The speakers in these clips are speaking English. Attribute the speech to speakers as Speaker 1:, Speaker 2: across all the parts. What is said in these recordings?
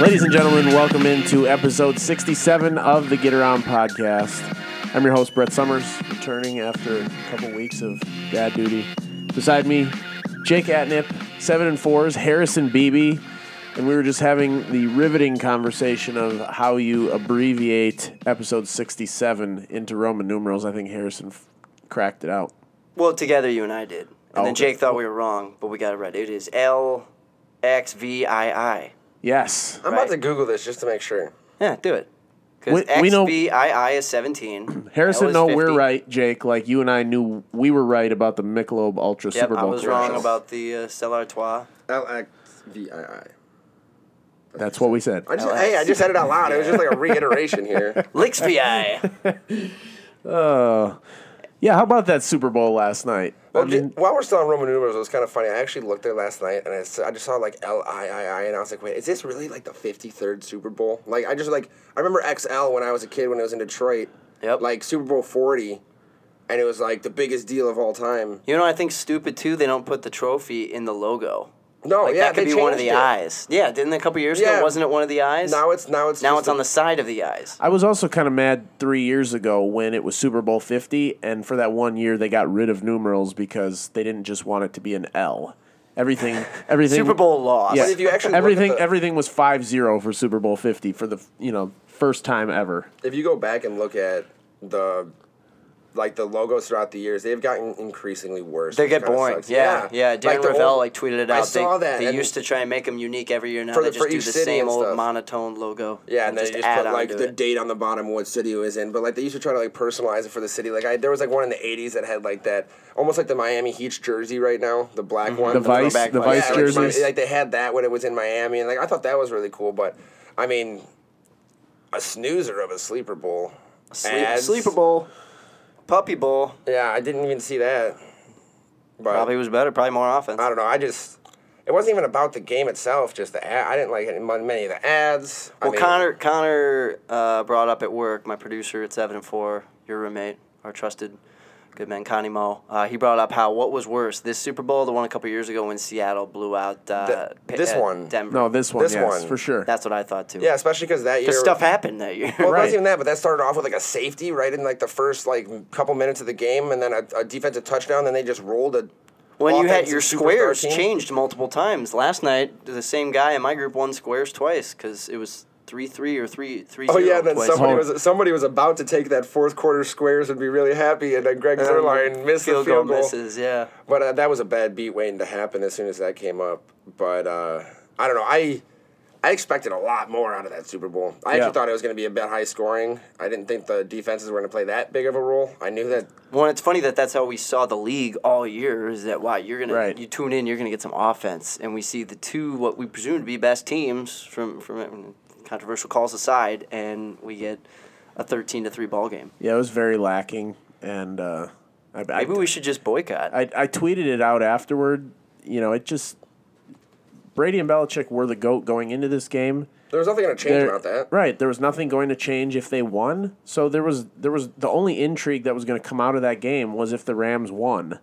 Speaker 1: Ladies and gentlemen, welcome into episode 67 of the Get Around podcast. I'm your host, Brett Summers, returning after a couple weeks of dad duty. Beside me, Jake Atnip, 7 and 4s, Harrison Beebe, and we were just having the riveting conversation of how you abbreviate episode 67 into Roman numerals. I think Harrison f- cracked it out.
Speaker 2: Well, together you and I did, and
Speaker 1: Oh,
Speaker 2: then
Speaker 1: okay.
Speaker 2: Jake thought we were wrong, but we got it right. It is L X V I I.
Speaker 1: Yes.
Speaker 3: I'm
Speaker 2: Right.
Speaker 3: about to Google this just to make sure.
Speaker 2: Yeah, do it.
Speaker 1: We-
Speaker 2: Because
Speaker 1: we
Speaker 2: X
Speaker 1: know-
Speaker 2: V I I is seventeen. L
Speaker 1: Harrison,
Speaker 2: is
Speaker 1: no, we're
Speaker 2: 50.
Speaker 1: right, Jake. Like you and I knew we were right about the Michelob Ultra
Speaker 2: Yep,
Speaker 1: Super
Speaker 2: I
Speaker 1: Bowl.
Speaker 2: was wrong
Speaker 1: commercial.
Speaker 2: about the uh, Stella Artois.
Speaker 3: L X V I I.
Speaker 1: That's what we said.
Speaker 3: I just, hey, I just said it out loud. It was just like a reiteration here.
Speaker 2: Licks VI.
Speaker 1: Yeah, how about that Super Bowl last night?
Speaker 3: Well,
Speaker 1: I
Speaker 3: j-
Speaker 1: mean,
Speaker 3: while we're still on Roman numerals, it was kind of funny. I actually looked there last night and I, s- I just saw like L I I I, and I was like, wait, is this really like the 53rd Super Bowl? Like, I just like, I remember XL when I was a kid when it was in Detroit.
Speaker 2: Yep.
Speaker 3: Like Super Bowl 40, and it was like the biggest deal of all time.
Speaker 2: you know, what I think stupid too. They don't put the trophy in the logo.
Speaker 3: No,
Speaker 2: Like
Speaker 3: yeah,
Speaker 2: that could
Speaker 3: they
Speaker 2: be one of the
Speaker 3: changed it.
Speaker 2: eyes. Yeah, didn't it a couple years
Speaker 3: Yeah.
Speaker 2: ago? Wasn't it one of the eyes?
Speaker 3: Now it's now it's
Speaker 2: now
Speaker 3: just
Speaker 2: it's on the side of the eyes.
Speaker 1: I was also kind of mad three years ago when it was Super Bowl 50, and for that one year they got rid of numerals because they didn't just want it to be an L. Everything, everything.
Speaker 2: Super Bowl loss.
Speaker 1: Yeah,
Speaker 3: if you actually look at
Speaker 1: everything,
Speaker 3: the-
Speaker 1: everything was 5-0 for Super Bowl 50 for the you know first time ever.
Speaker 3: if you go back and look at the like the logos throughout the years, they've gotten increasingly worse.
Speaker 2: They
Speaker 3: which
Speaker 2: get
Speaker 3: kinda
Speaker 2: boring.
Speaker 3: sucks.
Speaker 2: Yeah, yeah. Darren
Speaker 3: the
Speaker 2: Ravel
Speaker 3: old-
Speaker 2: like tweeted it out.
Speaker 3: I saw
Speaker 2: they,
Speaker 3: that.
Speaker 2: They
Speaker 3: and-
Speaker 2: used to try and make them unique every year. Now
Speaker 3: For
Speaker 2: they
Speaker 3: the-
Speaker 2: just
Speaker 3: for
Speaker 2: do
Speaker 3: each
Speaker 2: the
Speaker 3: city
Speaker 2: same
Speaker 3: and
Speaker 2: old
Speaker 3: stuff.
Speaker 2: monotone logo.
Speaker 3: Yeah, and then you just
Speaker 2: add
Speaker 3: put
Speaker 2: on
Speaker 3: like
Speaker 2: to
Speaker 3: the
Speaker 2: it.
Speaker 3: date on the bottom of what city it was in. But like they used to try to like personalize it for the city. Like I, there was like one in the '80s that had like that, almost like the Miami Heat's jersey right now, the black
Speaker 2: Mm-hmm.
Speaker 3: one,
Speaker 1: The Vice,
Speaker 2: throwback
Speaker 1: the
Speaker 2: one.
Speaker 1: Vice
Speaker 3: yeah,
Speaker 1: jerseys.
Speaker 3: Like, Miami- like they had that when it was in Miami, and like I thought that was really cool. But I mean, a snoozer of a sleeper bowl.
Speaker 2: Sleep,
Speaker 3: Ads.
Speaker 2: sleeper bowl, puppy bowl.
Speaker 3: Yeah, I didn't even see that. But
Speaker 2: Probably was better. Probably more offense.
Speaker 3: I don't know. I just it wasn't even about the game itself. Just the ad. I didn't like any, many of the ads. I
Speaker 2: Well,
Speaker 3: mean,
Speaker 2: Connor Connor uh, brought up at work, my producer at seven and four, your roommate, our trusted good man Connie Mo. Uh, he brought up how what was worse, this Super Bowl, or the one a couple years ago when Seattle blew out uh,
Speaker 3: Th-
Speaker 2: Pi-
Speaker 3: this
Speaker 2: uh,
Speaker 3: one.
Speaker 2: Denver.
Speaker 1: No, this one,
Speaker 3: This
Speaker 1: yes,
Speaker 3: one.
Speaker 1: for sure.
Speaker 2: That's what I thought too.
Speaker 3: Yeah, especially because that year
Speaker 2: 'Cause stuff happened that year.
Speaker 3: Well, it
Speaker 1: Right.
Speaker 3: wasn't even that, but that started off with like a safety right in like the first like couple minutes of the game, and then a, a defensive touchdown. Then they just rolled a.
Speaker 2: When you had
Speaker 3: offensive
Speaker 2: your
Speaker 3: superstar
Speaker 2: squares
Speaker 3: team.
Speaker 2: changed multiple times. Last night, the same guy in my group won squares twice because it was three three or three three.
Speaker 3: Oh yeah, and then
Speaker 2: twice.
Speaker 3: somebody
Speaker 1: Oh.
Speaker 3: was somebody was about to take that fourth quarter squares and be really happy, and then Greg Zerline missed
Speaker 2: Um, field
Speaker 3: the field
Speaker 2: goal
Speaker 3: goal.
Speaker 2: misses. Yeah,
Speaker 3: But uh, that was a bad beat waiting to happen as soon as that came up. But uh, I don't know. I I expected a lot more out of that Super Bowl. I
Speaker 1: Yeah.
Speaker 3: actually thought it was going to be a bit high scoring. I didn't think the defenses were going to play that big of a role. I knew that.
Speaker 2: well, it's funny that that's how we saw the league all year. Is that wow? You're gonna
Speaker 1: Right.
Speaker 2: you tune in, you're gonna get some offense, and we see the two what we presume to be best teams from from controversial calls aside, and we get a thirteen to three ball game.
Speaker 1: Yeah, it was very lacking, and uh, I, I,
Speaker 2: Maybe we should just boycott.
Speaker 1: I, I tweeted it out afterward. You know, it just Brady and Belichick were the goat going into this game.
Speaker 3: There was nothing going to change
Speaker 1: There-
Speaker 3: about that.
Speaker 1: Right. There was nothing going to change if they won. So there was there was the only intrigue that was going to come out of that game was if the Rams won.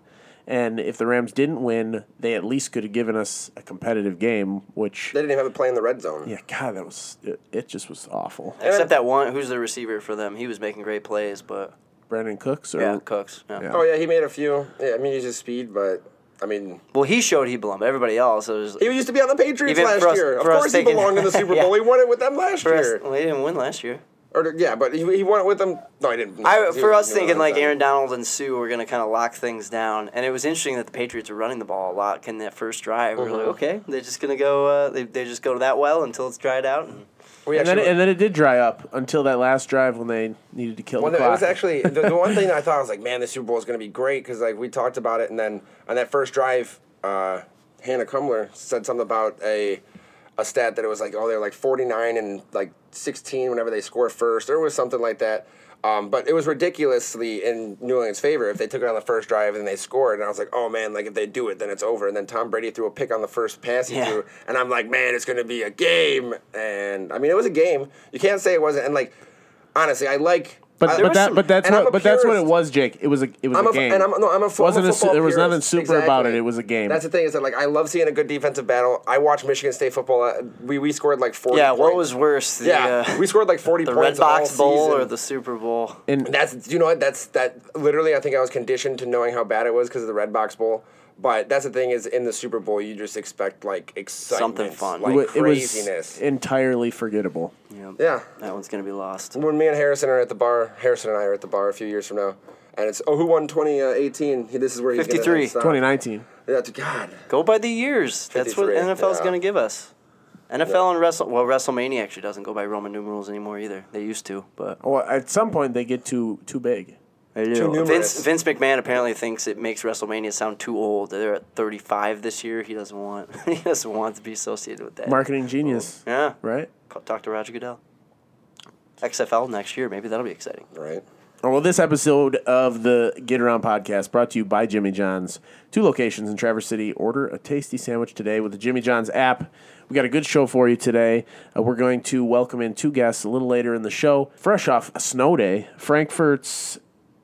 Speaker 1: And if the Rams didn't win, they at least could have given us a competitive game, which
Speaker 3: They didn't even have a play in the red zone.
Speaker 1: yeah, god, that was it, it just was awful.
Speaker 2: Except that one, who's the receiver for them? He was making great plays, but
Speaker 1: Brandon Cooks or
Speaker 2: yeah, Cooks. yeah.
Speaker 3: Oh yeah, he made a few. Yeah, I mean, he's just speed, but I mean,
Speaker 2: Well, he showed he belonged. but Everybody else, it was
Speaker 3: he used to be on the Patriots
Speaker 2: Even
Speaker 3: last
Speaker 2: for us-
Speaker 3: year. Of
Speaker 2: for us
Speaker 3: course, he
Speaker 2: taking-
Speaker 3: belonged in the Super
Speaker 2: Yeah.
Speaker 3: Bowl. He won it with them last
Speaker 2: for us.
Speaker 3: year.
Speaker 2: Well, he didn't win last year.
Speaker 3: Or yeah, but he, he won it with them. No, he didn't.
Speaker 2: I,
Speaker 3: He
Speaker 2: for
Speaker 3: was-
Speaker 2: us
Speaker 3: he won it
Speaker 2: thinking
Speaker 3: with
Speaker 2: like
Speaker 3: them.
Speaker 2: Aaron Donald and Sue were going to kind of lock things down, and it was interesting that the Patriots were running the ball a lot in that first drive. We were like, okay, they're just going to go. Uh, they they just go to that well until it's dried out. And
Speaker 3: We
Speaker 1: And then,
Speaker 3: actually-
Speaker 1: and then it did dry up until that last drive when they needed to kill
Speaker 3: Well,
Speaker 1: the
Speaker 3: no,
Speaker 1: clock.
Speaker 3: it was actually the, the one thing that I thought I was like, man, this Super Bowl is going to be great because like we talked about it, and then on that first drive, uh, Hannah Cumler said something about a a stat that it was like, oh, they're like forty nine and like sixteen whenever they score first, or it was something like that. Um, but it was ridiculously in New England's favor if they took it on the first drive and they scored. And I was like, oh man, like if they do it, then it's over. And then Tom Brady threw a pick on the first pass he
Speaker 2: Yeah.
Speaker 3: threw, and I'm like, man, it's going to be a game. And I mean, it was a game. You can't say it wasn't. And like, honestly, I like
Speaker 1: But,
Speaker 3: I- there
Speaker 1: but
Speaker 3: was
Speaker 1: that
Speaker 3: some-
Speaker 1: but that's
Speaker 3: and I'm
Speaker 1: what
Speaker 3: a
Speaker 1: but that's what it
Speaker 3: purist.
Speaker 1: was, Jake. It was a it was
Speaker 3: I'm
Speaker 1: a,
Speaker 3: a,
Speaker 1: game.
Speaker 3: and I'm no, I'm a, fu- I'm a
Speaker 1: Wasn't a su-
Speaker 3: football
Speaker 1: there was nothing
Speaker 3: purist.
Speaker 1: super about it.
Speaker 3: Exactly.
Speaker 1: It was a game.
Speaker 3: That's the thing is that like I love seeing a good defensive battle. I watched Michigan State football. Uh, We we scored like forty.
Speaker 2: Yeah, what
Speaker 3: points.
Speaker 2: was worse? The,
Speaker 3: Yeah,
Speaker 2: uh,
Speaker 3: we scored like forty
Speaker 2: the Red
Speaker 3: points
Speaker 2: Box
Speaker 3: all
Speaker 2: Bowl
Speaker 3: season.
Speaker 2: or the Super Bowl.
Speaker 3: And
Speaker 1: and
Speaker 3: That's you know what that's that literally I think I was conditioned to knowing how bad it was because of the Red Box Bowl. But that's the thing is in the Super Bowl you just expect like excitement,
Speaker 2: Something fun.
Speaker 1: it,
Speaker 3: like
Speaker 1: wa- it was
Speaker 3: craziness.
Speaker 1: entirely forgettable.
Speaker 3: yeah.
Speaker 2: That one's gonna be lost.
Speaker 3: When me and Harrison are at the bar, Harrison and I are at the bar a few years from now, and it's oh who won 2018? This is where he's gonna
Speaker 2: 53.
Speaker 3: stop.
Speaker 1: 2019.
Speaker 3: Yeah, to God.
Speaker 2: Go by the years. That's what
Speaker 3: 53,
Speaker 2: NFL's
Speaker 3: yeah.
Speaker 2: gonna give us. NFL and Wrestle well, WrestleMania actually doesn't go by Roman numerals anymore either. They used to, but
Speaker 1: Well, oh, at some point they get too too big.
Speaker 2: they
Speaker 3: Too numerous.
Speaker 2: Vince Vince McMahon apparently thinks it makes WrestleMania sound too old. They're at 35 this year. He doesn't want he doesn't want to be associated with that.
Speaker 1: Marketing
Speaker 3: Oh,
Speaker 1: genius,
Speaker 2: Yeah.
Speaker 1: right?
Speaker 2: Co- Talk to Roger Goodell. XFL next year. Maybe that'll be exciting.
Speaker 3: Right.
Speaker 1: Oh, Well, this episode of the Get Around podcast brought to you by Jimmy John's. Two locations in Traverse City. Order a tasty sandwich today with the Jimmy John's app. We got a good show for you today. Uh, we're going to welcome in two guests a little later in the show. Fresh off a snow day, Frankfurt's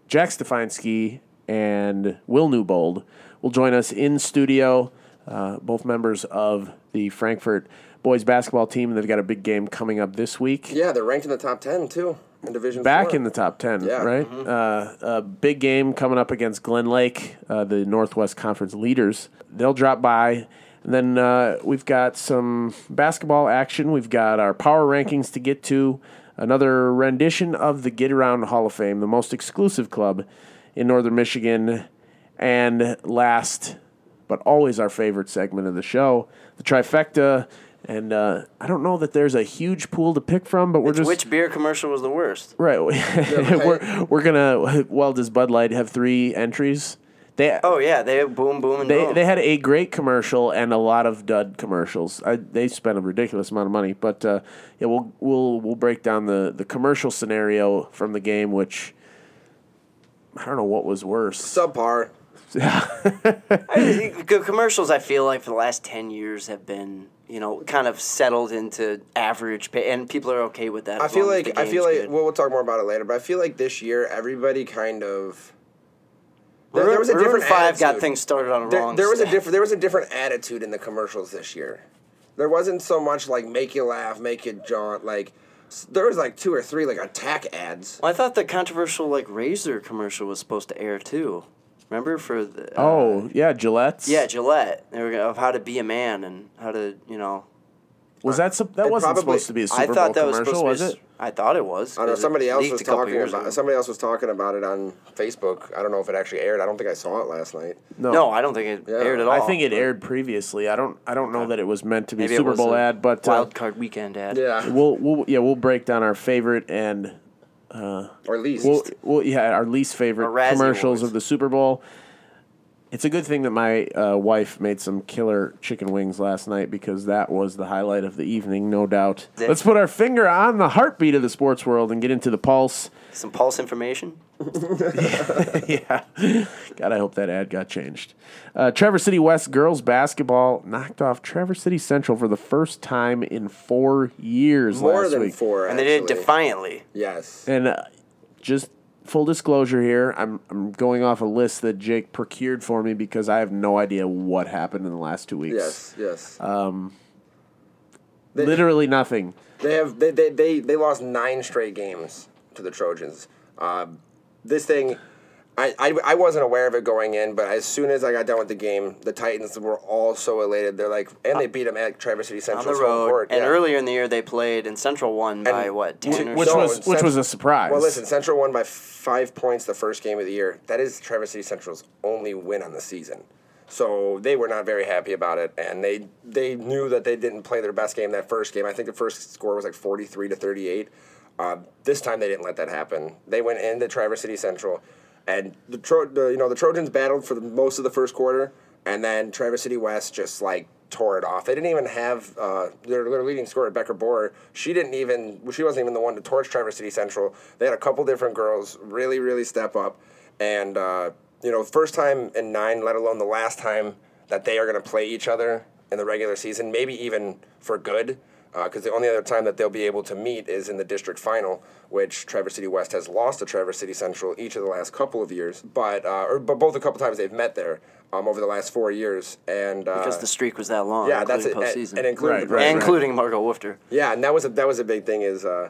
Speaker 1: Jack Stefanski and Will Newbold will join us in studio. Uh, both members of the Frankfurt boys basketball team. They've got a big game coming up this week
Speaker 3: Yeah, they're ranked in the top ten too in Division.
Speaker 1: back
Speaker 3: four.
Speaker 1: in the top 10
Speaker 3: Yeah. mm-hmm.
Speaker 1: right uh, a big game coming up against glen lake uh, the northwest conference leaders they'll drop by and then uh, we've got some basketball action we've got our power rankings to get to another rendition of the get around hall of fame the most exclusive club in northern michigan and last but always our favorite segment of the show the trifecta and uh, I don't know that there's a huge pool to pick from, but we're just
Speaker 2: Which beer commercial was the worst?
Speaker 1: Right. we're we're gonna. Well, does Bud Light have three entries? They
Speaker 2: Oh yeah, they have boom boom and
Speaker 1: they
Speaker 2: boom.
Speaker 1: they had a great commercial and a lot of dud commercials. I, they spent a ridiculous amount of money, but uh, yeah, we'll we'll we'll break down the the commercial scenario from the game, which. I don't know what was worse.
Speaker 3: subpar.
Speaker 2: I- I- co- commercials, I feel like for the last ten years have been, you know, kind of settled into average, pay, and people are okay with that.
Speaker 3: I
Speaker 2: as
Speaker 3: feel
Speaker 2: long as
Speaker 3: like
Speaker 2: the
Speaker 3: I feel
Speaker 2: game's
Speaker 3: like
Speaker 2: good.
Speaker 3: well, we'll talk more about it later. But I feel like this year everybody kind of there,
Speaker 2: Maroon-
Speaker 3: there was a
Speaker 2: Maroon
Speaker 3: different
Speaker 2: Five got
Speaker 3: attitude.
Speaker 2: things started on a
Speaker 3: There,
Speaker 2: wrong.
Speaker 3: there was a
Speaker 2: step.
Speaker 3: different there was a different attitude in the commercials this year. There wasn't so much like make you laugh, make you jaunt. Like s- there was like two or three like attack ads.
Speaker 2: Well, I thought the controversial like razor commercial was supposed to air too. Remember for the uh,
Speaker 1: Oh yeah, Gillette's.
Speaker 2: yeah Gillette they were gonna, of how to be a man and how to you know
Speaker 1: was that some, that
Speaker 3: It
Speaker 1: wasn't
Speaker 3: probably-
Speaker 1: supposed to be a Super
Speaker 2: I
Speaker 1: Bowl
Speaker 2: thought that was
Speaker 1: commercial,
Speaker 2: supposed
Speaker 1: was
Speaker 2: to be
Speaker 1: it?
Speaker 2: a s- I thought it was
Speaker 3: I don't know.
Speaker 2: 'cause it
Speaker 3: Somebody else
Speaker 2: leaked
Speaker 3: was
Speaker 2: a couple
Speaker 3: talking
Speaker 2: years
Speaker 3: about
Speaker 2: ago.
Speaker 3: somebody else was talking about it on Facebook. I don't know if it actually aired. I don't think I saw it last night.
Speaker 2: no. I don't think it
Speaker 3: Yeah.
Speaker 2: aired at all
Speaker 3: I
Speaker 1: I think it aired previously. I don't I don't know that it was meant to be
Speaker 2: Maybe
Speaker 1: a
Speaker 2: it
Speaker 1: Super
Speaker 2: was
Speaker 1: Bowl
Speaker 2: a
Speaker 1: ad, but uh,
Speaker 2: wild card weekend ad
Speaker 3: Yeah,
Speaker 1: we'll, we'll yeah we'll break down our favorite and
Speaker 3: or at least
Speaker 1: well, well yeah our least favorite
Speaker 2: Our Razzie
Speaker 1: commercials
Speaker 2: Awards.
Speaker 1: of the Super Bowl. It's a good thing that my uh, wife made some killer chicken wings last night because that was the highlight of the evening, no doubt.
Speaker 2: Yeah.
Speaker 1: Let's put our finger on the heartbeat of the sports world and get into the pulse.
Speaker 2: some pulse information
Speaker 1: yeah. God, I hope that ad got changed. Uh, Traverse City West girls basketball knocked off Traverse City Central for the first time in four years
Speaker 3: more
Speaker 1: last
Speaker 3: than
Speaker 1: week.
Speaker 3: four.
Speaker 2: and they did it
Speaker 3: actually.
Speaker 2: defiantly.
Speaker 3: Yes.
Speaker 1: And uh, just full disclosure here, I'm I'm going off a list that Jake procured for me because I have no idea what happened in the last two weeks.
Speaker 3: Yes, yes.
Speaker 2: Uh,
Speaker 1: Literally nothing.
Speaker 3: they have they, they, they, they lost nine straight games to the Trojans. Uh, this thing, I, I I wasn't aware of it going in, but as soon as I got done with the game, the Titans were all so elated. They're like, and they beat them at Traverse City
Speaker 2: on
Speaker 3: Central
Speaker 2: the road. And
Speaker 3: yeah.
Speaker 2: earlier in the year, they played, and Central won by what ten or
Speaker 1: Which
Speaker 3: No,
Speaker 2: so?
Speaker 1: was which
Speaker 3: Cent-
Speaker 1: was a surprise.
Speaker 3: Well, listen, Central won by five points the first game of the year. That is Traverse City Central's only win on the season. So they were not very happy about it, and they they knew that they didn't play their best game that first game. I think the first score was like forty three to thirty eight. Uh, this time they didn't let that happen. They went into Traverse City Central, and the, Tro- the you know the Trojans battled for the, most of the first quarter, and then Traverse City West just like tore it off. They didn't even have uh, their, their leading scorer, Becker Bohr. She didn't even she wasn't even the one to torch Traverse City Central. They had a couple different girls really really step up, and uh, you know first time in nine, let alone the last time that they are going to play each other in the regular season, maybe even for good. because the only other time that they'll be able to meet is in the district final, which Traverse City West has lost to Traverse City Central each of the last couple of years, but uh, or but both a couple times they've met there um, over the last four years, and uh,
Speaker 2: because the streak was that long.
Speaker 3: yeah, that's it,
Speaker 2: including
Speaker 3: and,
Speaker 2: postseason.
Speaker 3: and including
Speaker 1: Right,
Speaker 3: the
Speaker 1: right,
Speaker 2: And
Speaker 3: Braves.
Speaker 1: right.
Speaker 2: including Margot Woofter.
Speaker 3: Yeah, and that was a that was a big thing is uh,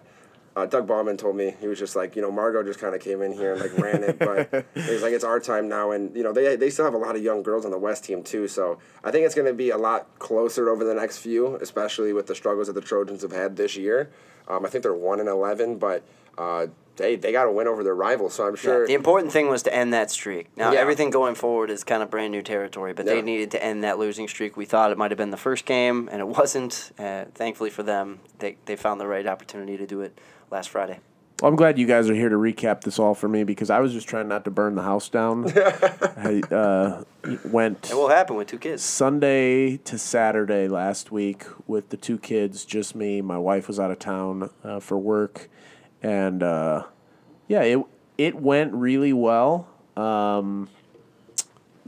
Speaker 3: uh, Doug Bauman told me he was just like you know Margot just kind of came in here and like ran it, but he's like it's our time now, and you know they they still have a lot of young girls on the West team too, so I think it's going to be a lot closer over the next few, especially with the struggles that the Trojans have had this year. Um, I think they're one and eleven, but uh, they they got to win over their rivals, so I'm sure.
Speaker 2: The important thing was to end that streak. Now
Speaker 3: Yeah.
Speaker 2: everything going forward is kind of brand new territory, but
Speaker 3: Yeah.
Speaker 2: they needed to end that losing streak. We thought it might have been the first game, and it wasn't. Uh, thankfully for them, they they found the right opportunity to do it last Friday.
Speaker 1: Well, I'm glad you guys are here to recap this all for me because I was just trying not to burn the house down. I uh, went
Speaker 2: It will happen with two kids.
Speaker 1: Sunday to Saturday last week with the two kids, just me. My wife was out of town uh, for work, and uh, yeah, it it went really well.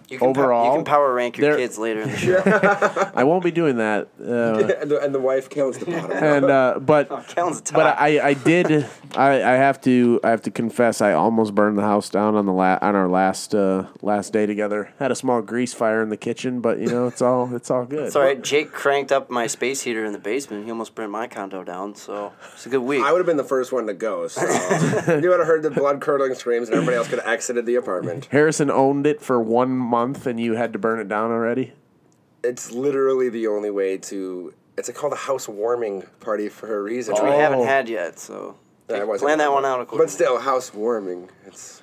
Speaker 2: You can pow-
Speaker 1: Overall,
Speaker 2: you can power rank your
Speaker 1: they're-
Speaker 2: kids later in the show.
Speaker 1: I won't be doing that. Uh,
Speaker 3: and, the, and the wife counts the bottom.
Speaker 1: and uh, but
Speaker 2: Kellen's top.
Speaker 1: but I, I did I, I have to I have to confess I almost burned the house down on the la- on our last uh, last day together. Had a small grease fire in the kitchen, but you know it's all it's all good.
Speaker 2: it's all right. Jake cranked up my space heater in the basement. He almost burned my condo down. So it's a good week.
Speaker 3: I would have been the first one to go, so you would have heard the blood curdling screams, and everybody else could have exited the apartment.
Speaker 1: Harrison owned it for one month, and you had to burn it down already.
Speaker 3: It's literally the only way to. It's called a housewarming party for a reason.
Speaker 2: which we
Speaker 1: Oh.
Speaker 2: haven't had yet. So
Speaker 3: I wasn't-
Speaker 2: plan that one out accordingly.
Speaker 3: But still, housewarming. It's.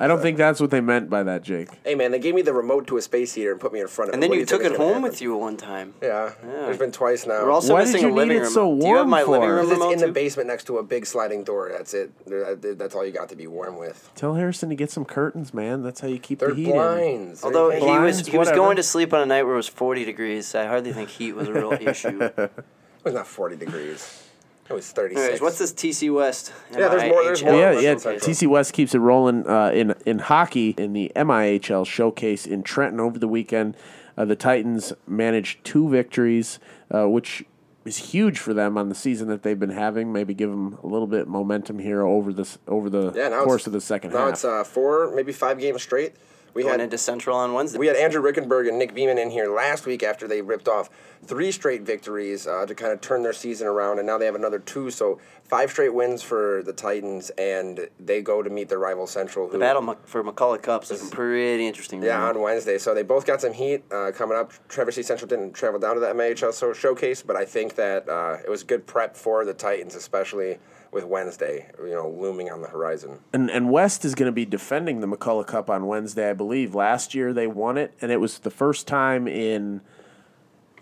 Speaker 1: I don't think that's what they meant by that, Jake.
Speaker 3: Hey man, they gave me the remote to a space heater and put me in front of it.
Speaker 2: and then
Speaker 3: What do
Speaker 2: you took
Speaker 3: think
Speaker 2: it
Speaker 3: is gonna
Speaker 2: home with
Speaker 3: happen?
Speaker 2: you one time.
Speaker 3: Yeah. There's been twice now.
Speaker 2: We're also
Speaker 1: Why did
Speaker 2: missing
Speaker 1: you
Speaker 2: a
Speaker 1: need
Speaker 2: living
Speaker 1: it
Speaker 2: room.
Speaker 1: so
Speaker 2: Do you have
Speaker 1: warm
Speaker 2: my living
Speaker 1: for?
Speaker 2: room
Speaker 3: Because it's
Speaker 2: remote
Speaker 3: in the
Speaker 2: too?
Speaker 3: basement next to a big sliding door. That's it. There- That's all you got to be warm with.
Speaker 1: Tell Harrison to get some curtains, man. That's how you keep
Speaker 3: They're
Speaker 1: the heat in.
Speaker 3: blinds. Are you
Speaker 2: Although he
Speaker 3: kidding me?
Speaker 2: was
Speaker 1: Blinds,
Speaker 2: he was
Speaker 1: whatever.
Speaker 2: going to sleep on a night where it was forty degrees, so I hardly think heat was a real issue.
Speaker 3: it was not 40 degrees. It was 36.
Speaker 2: Anyways, what's this TC West?
Speaker 3: Yeah, there's more- there's
Speaker 2: NIHL?
Speaker 1: Well,
Speaker 3: more.
Speaker 1: yeah,
Speaker 3: Western
Speaker 1: yeah.
Speaker 3: Central.
Speaker 1: TC West keeps it rolling uh, in in hockey in the MIHL showcase in Trenton over the weekend. Uh, the Titans managed two victories, uh, which is huge for them on the season that they've been having. Maybe give them a little bit momentum here over this over the
Speaker 3: Yeah, now
Speaker 1: course
Speaker 3: it's,
Speaker 1: of the second
Speaker 3: now
Speaker 1: half.
Speaker 3: it's uh, four, maybe five games straight. We
Speaker 2: Going
Speaker 3: had
Speaker 2: into Central on Wednesday.
Speaker 3: we had Andrew Rickenberg and Nick Beeman in here last week after they ripped off three straight victories uh, to kind of turn their season around, and now they have another two, so five straight wins for the Titans, and they go to meet their rival Central. Who,
Speaker 2: Battle Mc- for McCullough Cups looking pretty interesting.
Speaker 3: Yeah,
Speaker 2: right now.
Speaker 3: on Wednesday. So they both got some heat uh, coming up. Traverse City Central didn't travel down to that MHL so- showcase, but I think that uh, it was good prep for the Titans, especially with Wednesday, you know, looming on the horizon.
Speaker 1: And, and West is going to be defending the McCullough Cup on Wednesday, I believe. Last year they won it, and it was the first time in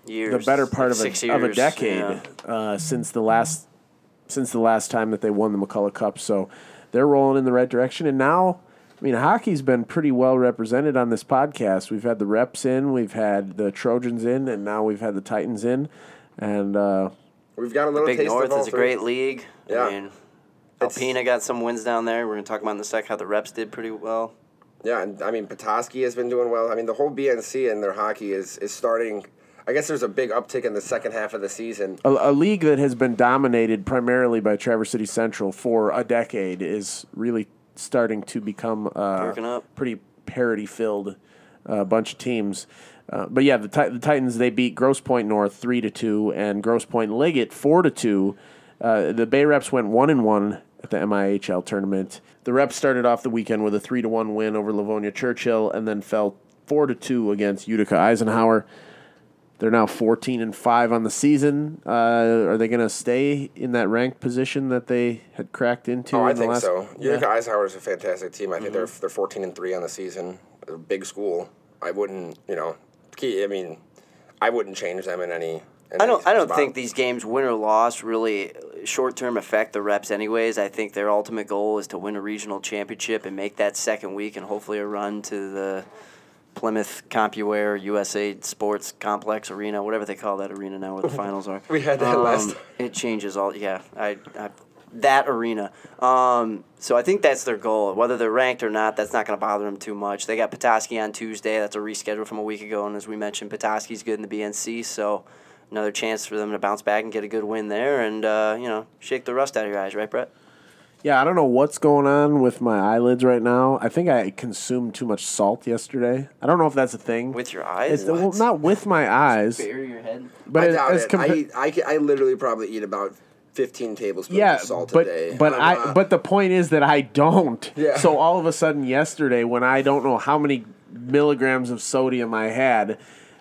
Speaker 2: years,
Speaker 1: the better part
Speaker 2: like
Speaker 1: of, a,
Speaker 2: six
Speaker 1: of a
Speaker 2: years,
Speaker 1: decade
Speaker 2: yeah.
Speaker 1: uh, since the last since the last time that they won the McCullough Cup. So they're rolling in the right direction, and now. I mean, hockey's been pretty well represented on this podcast. We've had the reps in, we've had the Trojans in, and now we've had the Titans in. And uh,
Speaker 3: We've got a little
Speaker 2: Big
Speaker 3: taste
Speaker 2: North
Speaker 3: of all
Speaker 2: is a
Speaker 3: three.
Speaker 2: great league.
Speaker 3: Yeah.
Speaker 2: I mean, Alpena got some wins down there. We're gonna talk about in a sec how the reps did pretty well.
Speaker 3: Yeah, and I mean Petoskey has been doing well. I mean the whole BNC and their hockey is is starting. I guess there's a big uptick in the second half of the season.
Speaker 1: a, a league that has been dominated primarily by Traverse City Central for a decade is really starting to become uh,
Speaker 2: Perking up.
Speaker 1: pretty parity filled uh, bunch of teams. Uh, but yeah, the, Ti- the Titans they beat Gross Point North three to two and Gross Point Liggett four to two. Uh, the Bay Reps went one and one at the MIHL tournament. The Reps started off the weekend with a three to one win over Livonia Churchill and then fell four to two against Utica Eisenhower. They're now fourteen and five on the season. Uh, are they going to stay in that ranked position that they had cracked into?
Speaker 3: Oh, I
Speaker 1: in the
Speaker 3: think
Speaker 1: last-
Speaker 3: so.
Speaker 1: Yeah. Mm-hmm.
Speaker 3: Utica Eisenhower is a fantastic team. I think they're they're 14 and three on the season. They're a big school. I wouldn't, you know, key. I mean, I wouldn't change them in any. In
Speaker 2: I don't. I
Speaker 3: any
Speaker 2: don't
Speaker 3: spot.
Speaker 2: think these games, win or loss, really short term affect the reps. Anyways, I think their ultimate goal is to win a regional championship and make that second week and hopefully a run to the Plymouth CompuWare USA Sports Complex Arena, whatever they call that arena now, where the finals are. Um,
Speaker 3: We had that last time.
Speaker 2: It changes all. Yeah, I. I that arena. Um, so I think that's their goal. Whether they're ranked or not, that's not going to bother them too much. They got Petoskey on Tuesday. That's a reschedule from a week ago. And as we mentioned, Petoskey's good in the BNC. So another chance for them to bounce back and get a good win there, and uh, you know, shake the rust out of your eyes, right, Brett?
Speaker 1: Yeah, I don't know what's going on with my eyelids right now. I think I consumed too much salt yesterday. I don't know if that's a thing.
Speaker 2: With your eyes,
Speaker 1: it's, well,
Speaker 2: What?
Speaker 1: not with my eyes,
Speaker 2: bury your head.
Speaker 1: but
Speaker 3: I
Speaker 1: it-
Speaker 3: doubt
Speaker 1: as
Speaker 3: it.
Speaker 1: compa-
Speaker 3: I, eat, I, ca- I literally probably eat about 15 tablespoons
Speaker 1: yeah,
Speaker 3: of salt
Speaker 1: but
Speaker 3: a day.
Speaker 1: but
Speaker 3: I'm
Speaker 1: I
Speaker 3: not-
Speaker 1: but the point is that I don't.
Speaker 3: Yeah.
Speaker 1: So all of a sudden yesterday, when I don't know how many milligrams of sodium I had,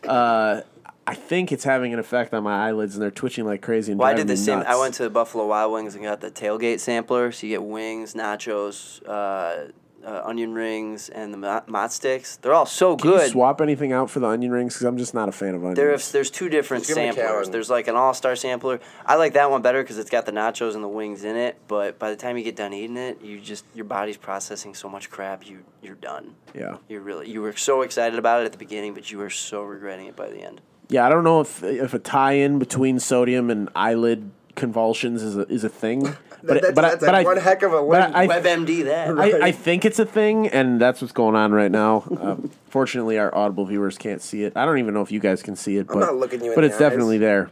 Speaker 1: uh, I think it's having an effect on my eyelids and they're twitching like crazy. And
Speaker 2: Well, I
Speaker 1: driving
Speaker 2: did the
Speaker 1: me
Speaker 2: same. I
Speaker 1: nuts.
Speaker 2: went to Buffalo Wild Wings and got the tailgate sampler. So you get wings, nachos, uh, uh, onion rings, and the mott, mott sticks. They're all so
Speaker 1: Can you
Speaker 2: good.
Speaker 1: swap anything out for the onion rings because I'm just not a fan of onions.
Speaker 2: There's there's two different
Speaker 3: Just give me
Speaker 2: samplers.
Speaker 3: Karen.
Speaker 2: There's like an all star sampler. I like that one better because it's got the nachos and the wings in it. But by the time you get done eating it, you just your body's processing so much crap. You you're done.
Speaker 1: yeah.
Speaker 2: You really you were so excited about it at the beginning, but you were so regretting it by the end.
Speaker 1: Yeah, I don't know if if a tie-in between sodium and eyelid convulsions is a, is a thing, but
Speaker 3: that's-
Speaker 1: but I-
Speaker 3: that's a
Speaker 1: but I-
Speaker 3: one heck of a
Speaker 1: but I- I-
Speaker 2: WebMD that.
Speaker 1: I, I think it's a thing, and that's what's going on right now. Uh, fortunately, our audible viewers can't see it. I don't even know if you guys can see it, but
Speaker 3: not looking you in
Speaker 1: but
Speaker 3: the
Speaker 1: it's definitely
Speaker 3: eyes.
Speaker 1: there.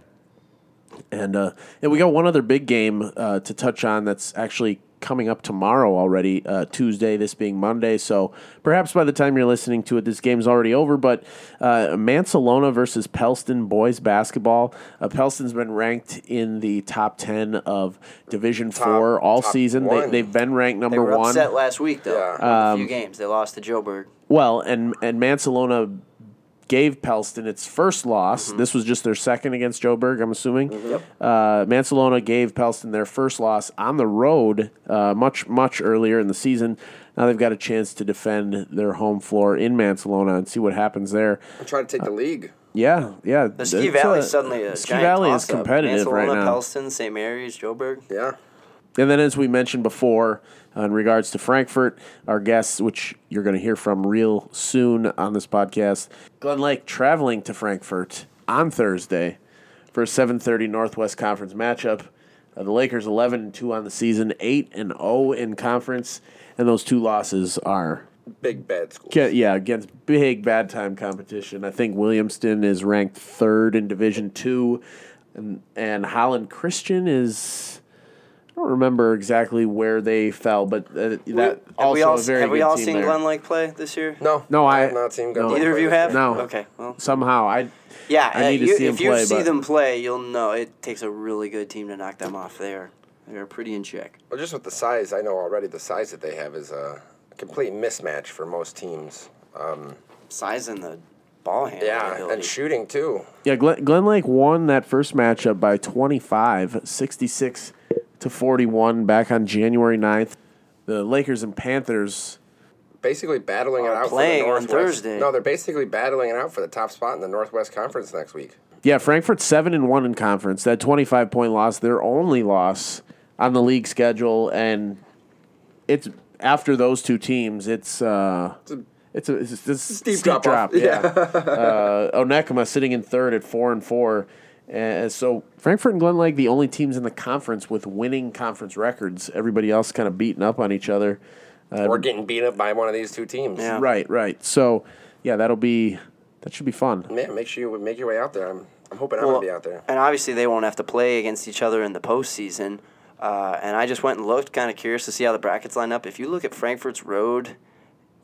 Speaker 1: And uh, and we got one other big game uh, to touch on that's actually coming up tomorrow already, uh, Tuesday. This being Monday, so perhaps by the time you're listening to it, this game's already over. But uh, Mansalona versus Pelston boys basketball. Uh, Pelston's been ranked in the top ten of Division Four all
Speaker 3: top
Speaker 1: season. They,
Speaker 3: one.
Speaker 1: they've been ranked number
Speaker 2: They were
Speaker 1: one. Um,
Speaker 2: upset last week though.
Speaker 3: Yeah.
Speaker 2: won a few games they lost to Joburg.
Speaker 1: Well, and and Mansalona gave Pelston its first loss.
Speaker 2: Mm-hmm.
Speaker 1: This was just their second against Joburg, I'm assuming. Uh, Mansalona gave Pelston their first loss on the road uh, much much earlier in the season. Now they've got a chance to defend their home floor in Mansalona and see what happens there.
Speaker 3: I'm trying to take the league.
Speaker 1: Yeah, yeah.
Speaker 2: The Ski
Speaker 1: it's
Speaker 2: Valley
Speaker 1: a-
Speaker 2: suddenly a
Speaker 1: Ski
Speaker 2: giant
Speaker 1: Valley is
Speaker 2: toss-up.
Speaker 1: competitive right
Speaker 2: Mansalona,
Speaker 1: now.
Speaker 2: Pelston, St. Mary's, Joburg.
Speaker 3: Yeah.
Speaker 1: And then, as we mentioned before, uh, in regards to Frankfurt, our guests, which you're going to hear from real soon on this podcast, Glenn Lake traveling to Frankfurt on Thursday for a 7:30 Northwest Conference matchup. Uh, the Lakers 11 and 2 on the season, 8 and 0 in conference, and those two losses are
Speaker 3: Big bad school.
Speaker 1: Ge- yeah, against big bad time competition. I think Williamston is ranked third in Division Two, and, and Holland Christian is. I don't remember exactly where they fell, but uh, that
Speaker 2: Have
Speaker 1: also
Speaker 2: we all,
Speaker 1: a very
Speaker 2: have we
Speaker 1: good
Speaker 2: all
Speaker 1: team
Speaker 2: seen
Speaker 1: there.
Speaker 2: Glen Lake play this year?
Speaker 3: No.
Speaker 1: No, I-
Speaker 3: have not seen
Speaker 1: no.
Speaker 3: Glenn
Speaker 2: Either of
Speaker 3: play
Speaker 2: you
Speaker 3: this
Speaker 2: have?
Speaker 3: year.
Speaker 1: No.
Speaker 2: Okay. Well,
Speaker 1: Somehow, I
Speaker 2: yeah.
Speaker 1: I
Speaker 2: uh,
Speaker 1: need to
Speaker 2: you,
Speaker 1: see 'em
Speaker 2: if you
Speaker 1: play,
Speaker 2: see
Speaker 1: but-
Speaker 2: them play, you'll know it takes a really good team to knock them off. They're they're pretty in check.
Speaker 3: Well, just with the size, I know already the size that they have is a complete mismatch for most teams. Um,
Speaker 2: Size and the ball handling
Speaker 3: yeah,
Speaker 2: ability.
Speaker 3: and shooting too.
Speaker 1: yeah, Glen, Glen Lake won that first matchup by 25, 66 to 41 back on January 9th. The Lakers and Panthers
Speaker 3: Basically battling
Speaker 2: Are
Speaker 3: it out
Speaker 2: playing on
Speaker 3: for the Northwest.
Speaker 2: Thursday.
Speaker 3: No, they're basically battling it out for the top spot in the Northwest Conference next week.
Speaker 1: Yeah, Frankfurt seven and one in conference. That twenty five point loss, their only loss on the league schedule, and it's after those two teams. It's uh, it's a, it's a, it's a steep,
Speaker 3: drop off.
Speaker 1: drop. Yeah, uh, Onekama sitting in third at four and four. Uh, so Frankfurt and Glen Lake, the only teams in the conference with winning conference records. Everybody else kind of beating up on each other.
Speaker 3: We're getting beat up by one of these two teams.
Speaker 2: Yeah.
Speaker 1: Right, right. So yeah, that'll be that should be fun.
Speaker 3: Man, make sure you make your way out there. I'm, I'm hoping I'm
Speaker 2: Well,
Speaker 3: gonna be out there.
Speaker 2: And obviously, they won't have to play against each other in the postseason. Uh, and I just went and looked, kind of curious to see how the brackets line up. If you look at Frankfurt's road,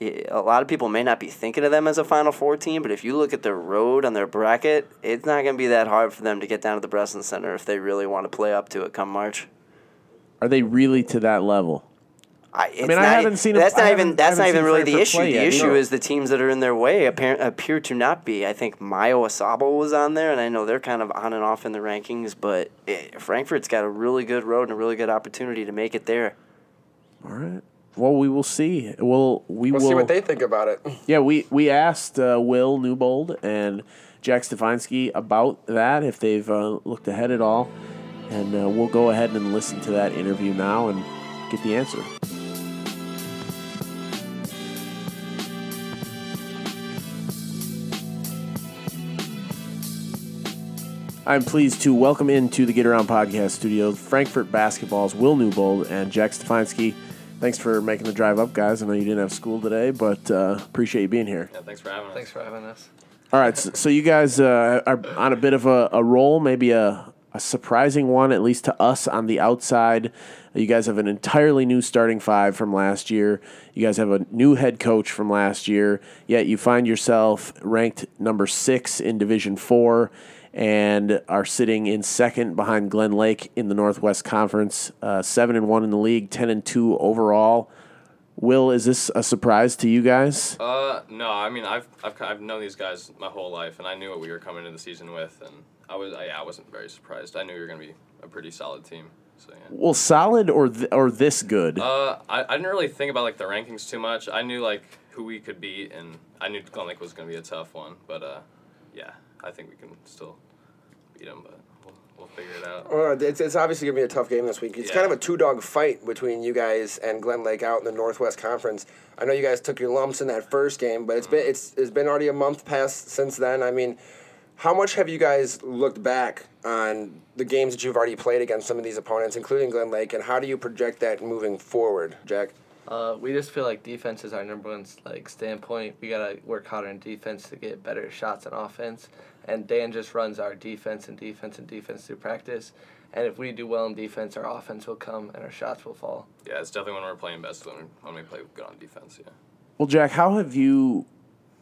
Speaker 2: i- a lot of people may not be thinking of them as a Final Four team, but if you look at their road on their bracket, it's not going to be that hard for them to get down to the Breslin Center if they really want to play up to it come March.
Speaker 1: Are they really to that level?
Speaker 2: I, it's
Speaker 1: mean, I
Speaker 2: not, e-
Speaker 1: haven't seen 'em-
Speaker 2: That's
Speaker 1: I
Speaker 2: not
Speaker 1: haven't-
Speaker 2: even. That's
Speaker 1: I
Speaker 2: not
Speaker 1: haven't seen
Speaker 2: even really the
Speaker 1: Frankfurt
Speaker 2: issue.
Speaker 1: play
Speaker 2: The
Speaker 1: yet,
Speaker 2: issue
Speaker 1: no.
Speaker 2: is the teams that are in their way appear, appear to not be. I think Mayo Asabo was on there, and I know they're kind of on and off in the rankings, but eh, Frankfurt's got a really good road and a really good opportunity to make it there.
Speaker 1: All right. Well, we will see. We'll we
Speaker 3: We'll
Speaker 1: will
Speaker 3: see what they think about it.
Speaker 1: Yeah, we we asked uh, Will Newbold and Jack Stefanski about that if they've uh, looked ahead at all, and uh, we'll go ahead and listen to that interview now and get the answer. I'm pleased to welcome into the Get Around Podcast Studios Frankfurt basketball's Will Newbold and Jack Stefanski. Thanks for making the drive up, guys. I know you didn't have school today, but uh, appreciate you being here.
Speaker 4: Yeah, thanks for having us.
Speaker 5: Thanks for having us.
Speaker 1: All right, so, so you guys uh, are on a bit of a, a roll, maybe a, a surprising one, at least to us on the outside. You guys have an entirely new starting five from last year. You guys have a new head coach from last year. Yet you find yourself ranked number six in Division Four, and are sitting in second behind Glen Lake in the Northwest Conference. Uh, seven and one in the league, ten and two overall. Will, is this a surprise to you guys?
Speaker 4: Uh, no, I mean I've, I've ki- I've known these guys my whole life, and I knew what we were coming into the season with, and I was I, yeah, I wasn't very surprised. I knew we were gonna be a pretty solid team. So yeah.
Speaker 1: Well, solid or th- or this good?
Speaker 4: Uh, I, I didn't really think about like the rankings too much. I knew like who we could beat, and I knew Glen Lake was gonna be a tough one. But uh, yeah, I think we can still beat them, but we'll, we'll figure it out.
Speaker 3: Well, it's, it's obviously going to be a tough game this week. It's
Speaker 4: Yeah.
Speaker 3: kind of a two dog fight between you guys and Glen Lake out in the Northwest Conference. I know you guys took your lumps in that first game, but it's been it's, it's been already a month past since then. I mean, how much have you guys looked back on the games that you've already played against some of these opponents, including Glen Lake, and how do you project that moving forward, Jack?
Speaker 5: Uh, we just feel like defense is our number one like standpoint. We gotta work harder in defense to get better shots on offense. And Dan just runs our defense and defense and defense through practice. And if we do well in defense, our offense will come and our shots will fall.
Speaker 4: Yeah, it's definitely when we're playing best when we, when we play good on defense. Yeah.
Speaker 1: Well, Jack, how have you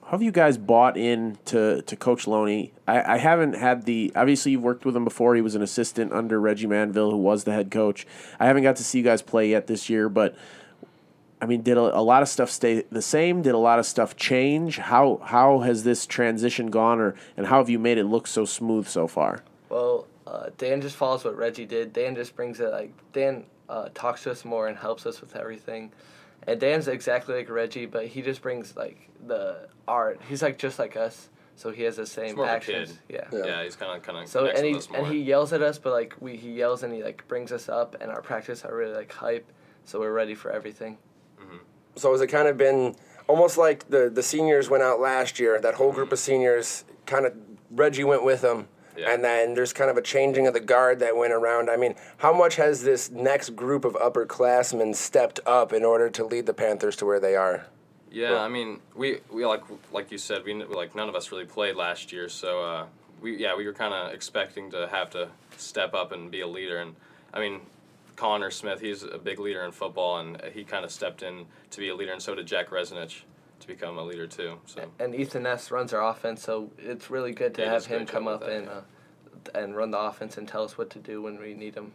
Speaker 1: how have you guys bought in to, to Coach Loney? I, I haven't had the obviously you've worked with him before. He was an assistant under Reggie Manville, who was the head coach. I haven't got to see you guys play yet this year, but I mean, did a, a lot of stuff stay the same? Did a lot of stuff change? How how has this transition gone, or and how have you made it look so smooth so far?
Speaker 5: Well, uh, Dan just follows what Reggie did. Dan just brings it like Dan uh, talks to us more and helps us with everything. And Dan's exactly like Reggie, but he just brings like the art. He's like just like us, so he has the same
Speaker 4: more of a
Speaker 5: actions.
Speaker 4: kid.
Speaker 5: yeah.
Speaker 4: Yeah, he's kind of kind of.
Speaker 5: So and he and he yells at us, but like we he yells and he like brings us up, and our practice are really like hype, so we're ready for everything.
Speaker 3: So has it kind of been almost like the the seniors went out last year? That whole group of seniors kind of Reggie went with them,
Speaker 4: Yeah.
Speaker 3: and then there's kind of a changing of the guard that went around. I mean, how much has this next group of upperclassmen stepped up in order to lead the Panthers to where they are?
Speaker 4: Yeah, I mean, we, we like like you said, we n- like none of us really played last year, so uh, we yeah we were kind of expecting to have to step up and be a leader, and I mean, Connor Smith, he's a big leader in football, and he kind of stepped in to be a leader, and so did Jack Resnich to become a leader too. So
Speaker 5: And Ethan Ness runs our offense, so it's really good to
Speaker 4: Yeah, he
Speaker 5: have
Speaker 4: does a great
Speaker 5: him come
Speaker 4: job
Speaker 5: up
Speaker 4: with that,
Speaker 5: and uh, and run the offense and tell us what to do when we need him.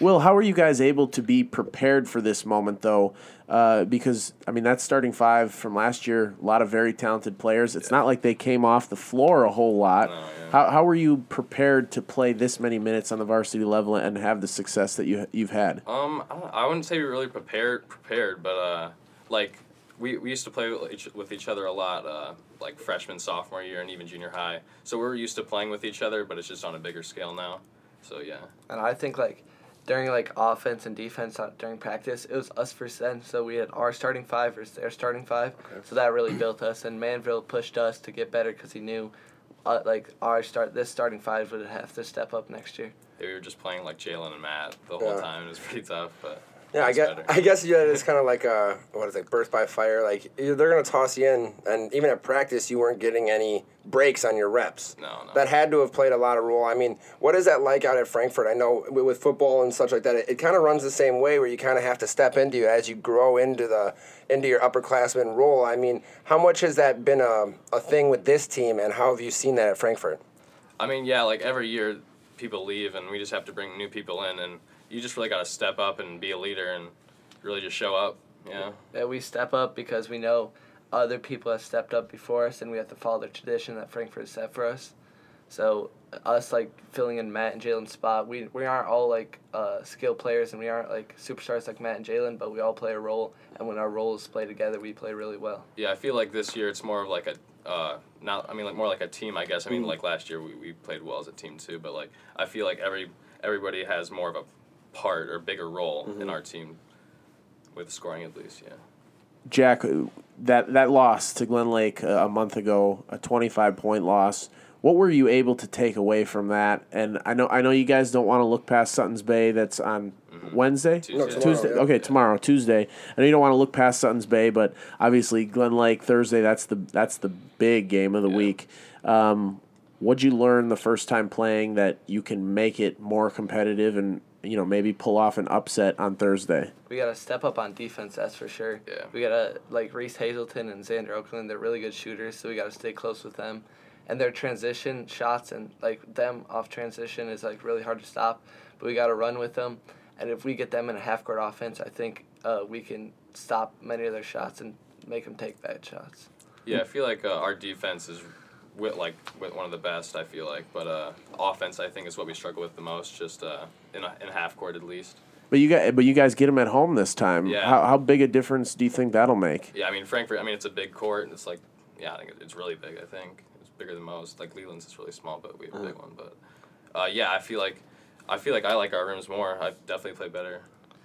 Speaker 1: Will, how are you guys able to be prepared for this moment, though? Uh, because, I mean, that starting five from last year, a lot of very talented players. It's not like they came off the floor a whole lot.
Speaker 4: No, yeah.
Speaker 1: How, how were you prepared to play this many minutes on the varsity level and have the success that you, you've had?
Speaker 4: um, I, don't, I wouldn't say we were really prepared prepared, but uh, like we, we used to play with each, with each other a lot, uh, like freshman, sophomore year, and even junior high. So we were used to playing with each other, but it's just on a bigger scale now. So yeah.
Speaker 5: And I think like during like offense and defense uh, during practice, it was us versus them. So we had our starting five versus their starting five. So that really built us. And Manville pushed us to get better because he knew, uh, like our start this starting five would have to step up next year.
Speaker 4: Yeah, we were just playing like Jalen and Matt the whole
Speaker 3: Yeah.
Speaker 4: time. It was pretty tough, but
Speaker 3: Yeah, I
Speaker 4: it's
Speaker 3: guess
Speaker 4: better.
Speaker 3: I guess yeah, it's kind of like uh what is it, birth by fire? Like you- they're gonna toss you in, and even at practice, you weren't getting any breaks on your reps.
Speaker 4: No, no.
Speaker 3: That had to have played a lot of role. I mean, what is that like out at Frankfurt? I know with, with football and such like that, it, it kind of runs the same way, where you kind of have to step into it as you grow into the into your upperclassman role. I mean, how much has that been a a thing with this team, and how have you seen that at Frankfurt?
Speaker 4: I mean, yeah, like every year people leave and we just have to bring new people in, and you just really got to step up and be a leader and really just show up. Yeah,
Speaker 5: that we step up because we know other people have stepped up before us and we have to follow the tradition that Frankfurt set for us. So us like filling in Matt and Jalen's spot, we we aren't all like uh, skilled players and we aren't like superstars like Matt and Jalen, but we all play a role and when our roles play together we play really well.
Speaker 4: yeah. I feel like this year it's more of like a uh, not. I mean, like more like a team, I guess. I mean, like last year we, we played well as a team too, but like I feel like every everybody has more of a part or bigger role in our team with scoring at least. Yeah.
Speaker 1: uh, Jack, that that loss to Glen Lake uh, a month ago, a 25 point loss. What were you able to take away from that? And I know I know you guys don't want to look past Sutton's Bay. That's on Wednesday,
Speaker 4: Tuesday.
Speaker 1: Tuesday.
Speaker 4: No,
Speaker 3: tomorrow, yeah.
Speaker 1: Okay, tomorrow, Tuesday. I know you don't want to look past Sutton's Bay, but obviously Glen Lake Thursday. That's the that's the big game of the week. Um, what'd you learn the first time playing that you can make it more competitive and you know maybe pull off an upset on Thursday?
Speaker 5: We gotta step up on defense, that's for sure.
Speaker 4: Yeah.
Speaker 5: We gotta like Reese Hazelton and Xander Oakland, they're really good shooters, so we gotta stay close with them. And their transition shots and like them off transition is like really hard to stop, but we gotta run with them. And if we get them in a half court offense, I think uh, we can stop many of their shots and make them take bad shots.
Speaker 4: Yeah, I feel like uh, our defense is with, like with one of the best. I feel like, but uh, offense I think is what we struggle with the most, just uh, in a, in half court at least.
Speaker 1: But you guys, but you guys get them at home this time.
Speaker 4: Yeah.
Speaker 1: How how big a difference do you think that'll make?
Speaker 4: Yeah, I mean Frankfurt. I mean it's a big court. and It's like yeah, I think it- it's really big. I think it's bigger than most. Like Leland's is really small, but we have a big one. But uh, yeah, I feel like I feel like I like our rooms more. I definitely play better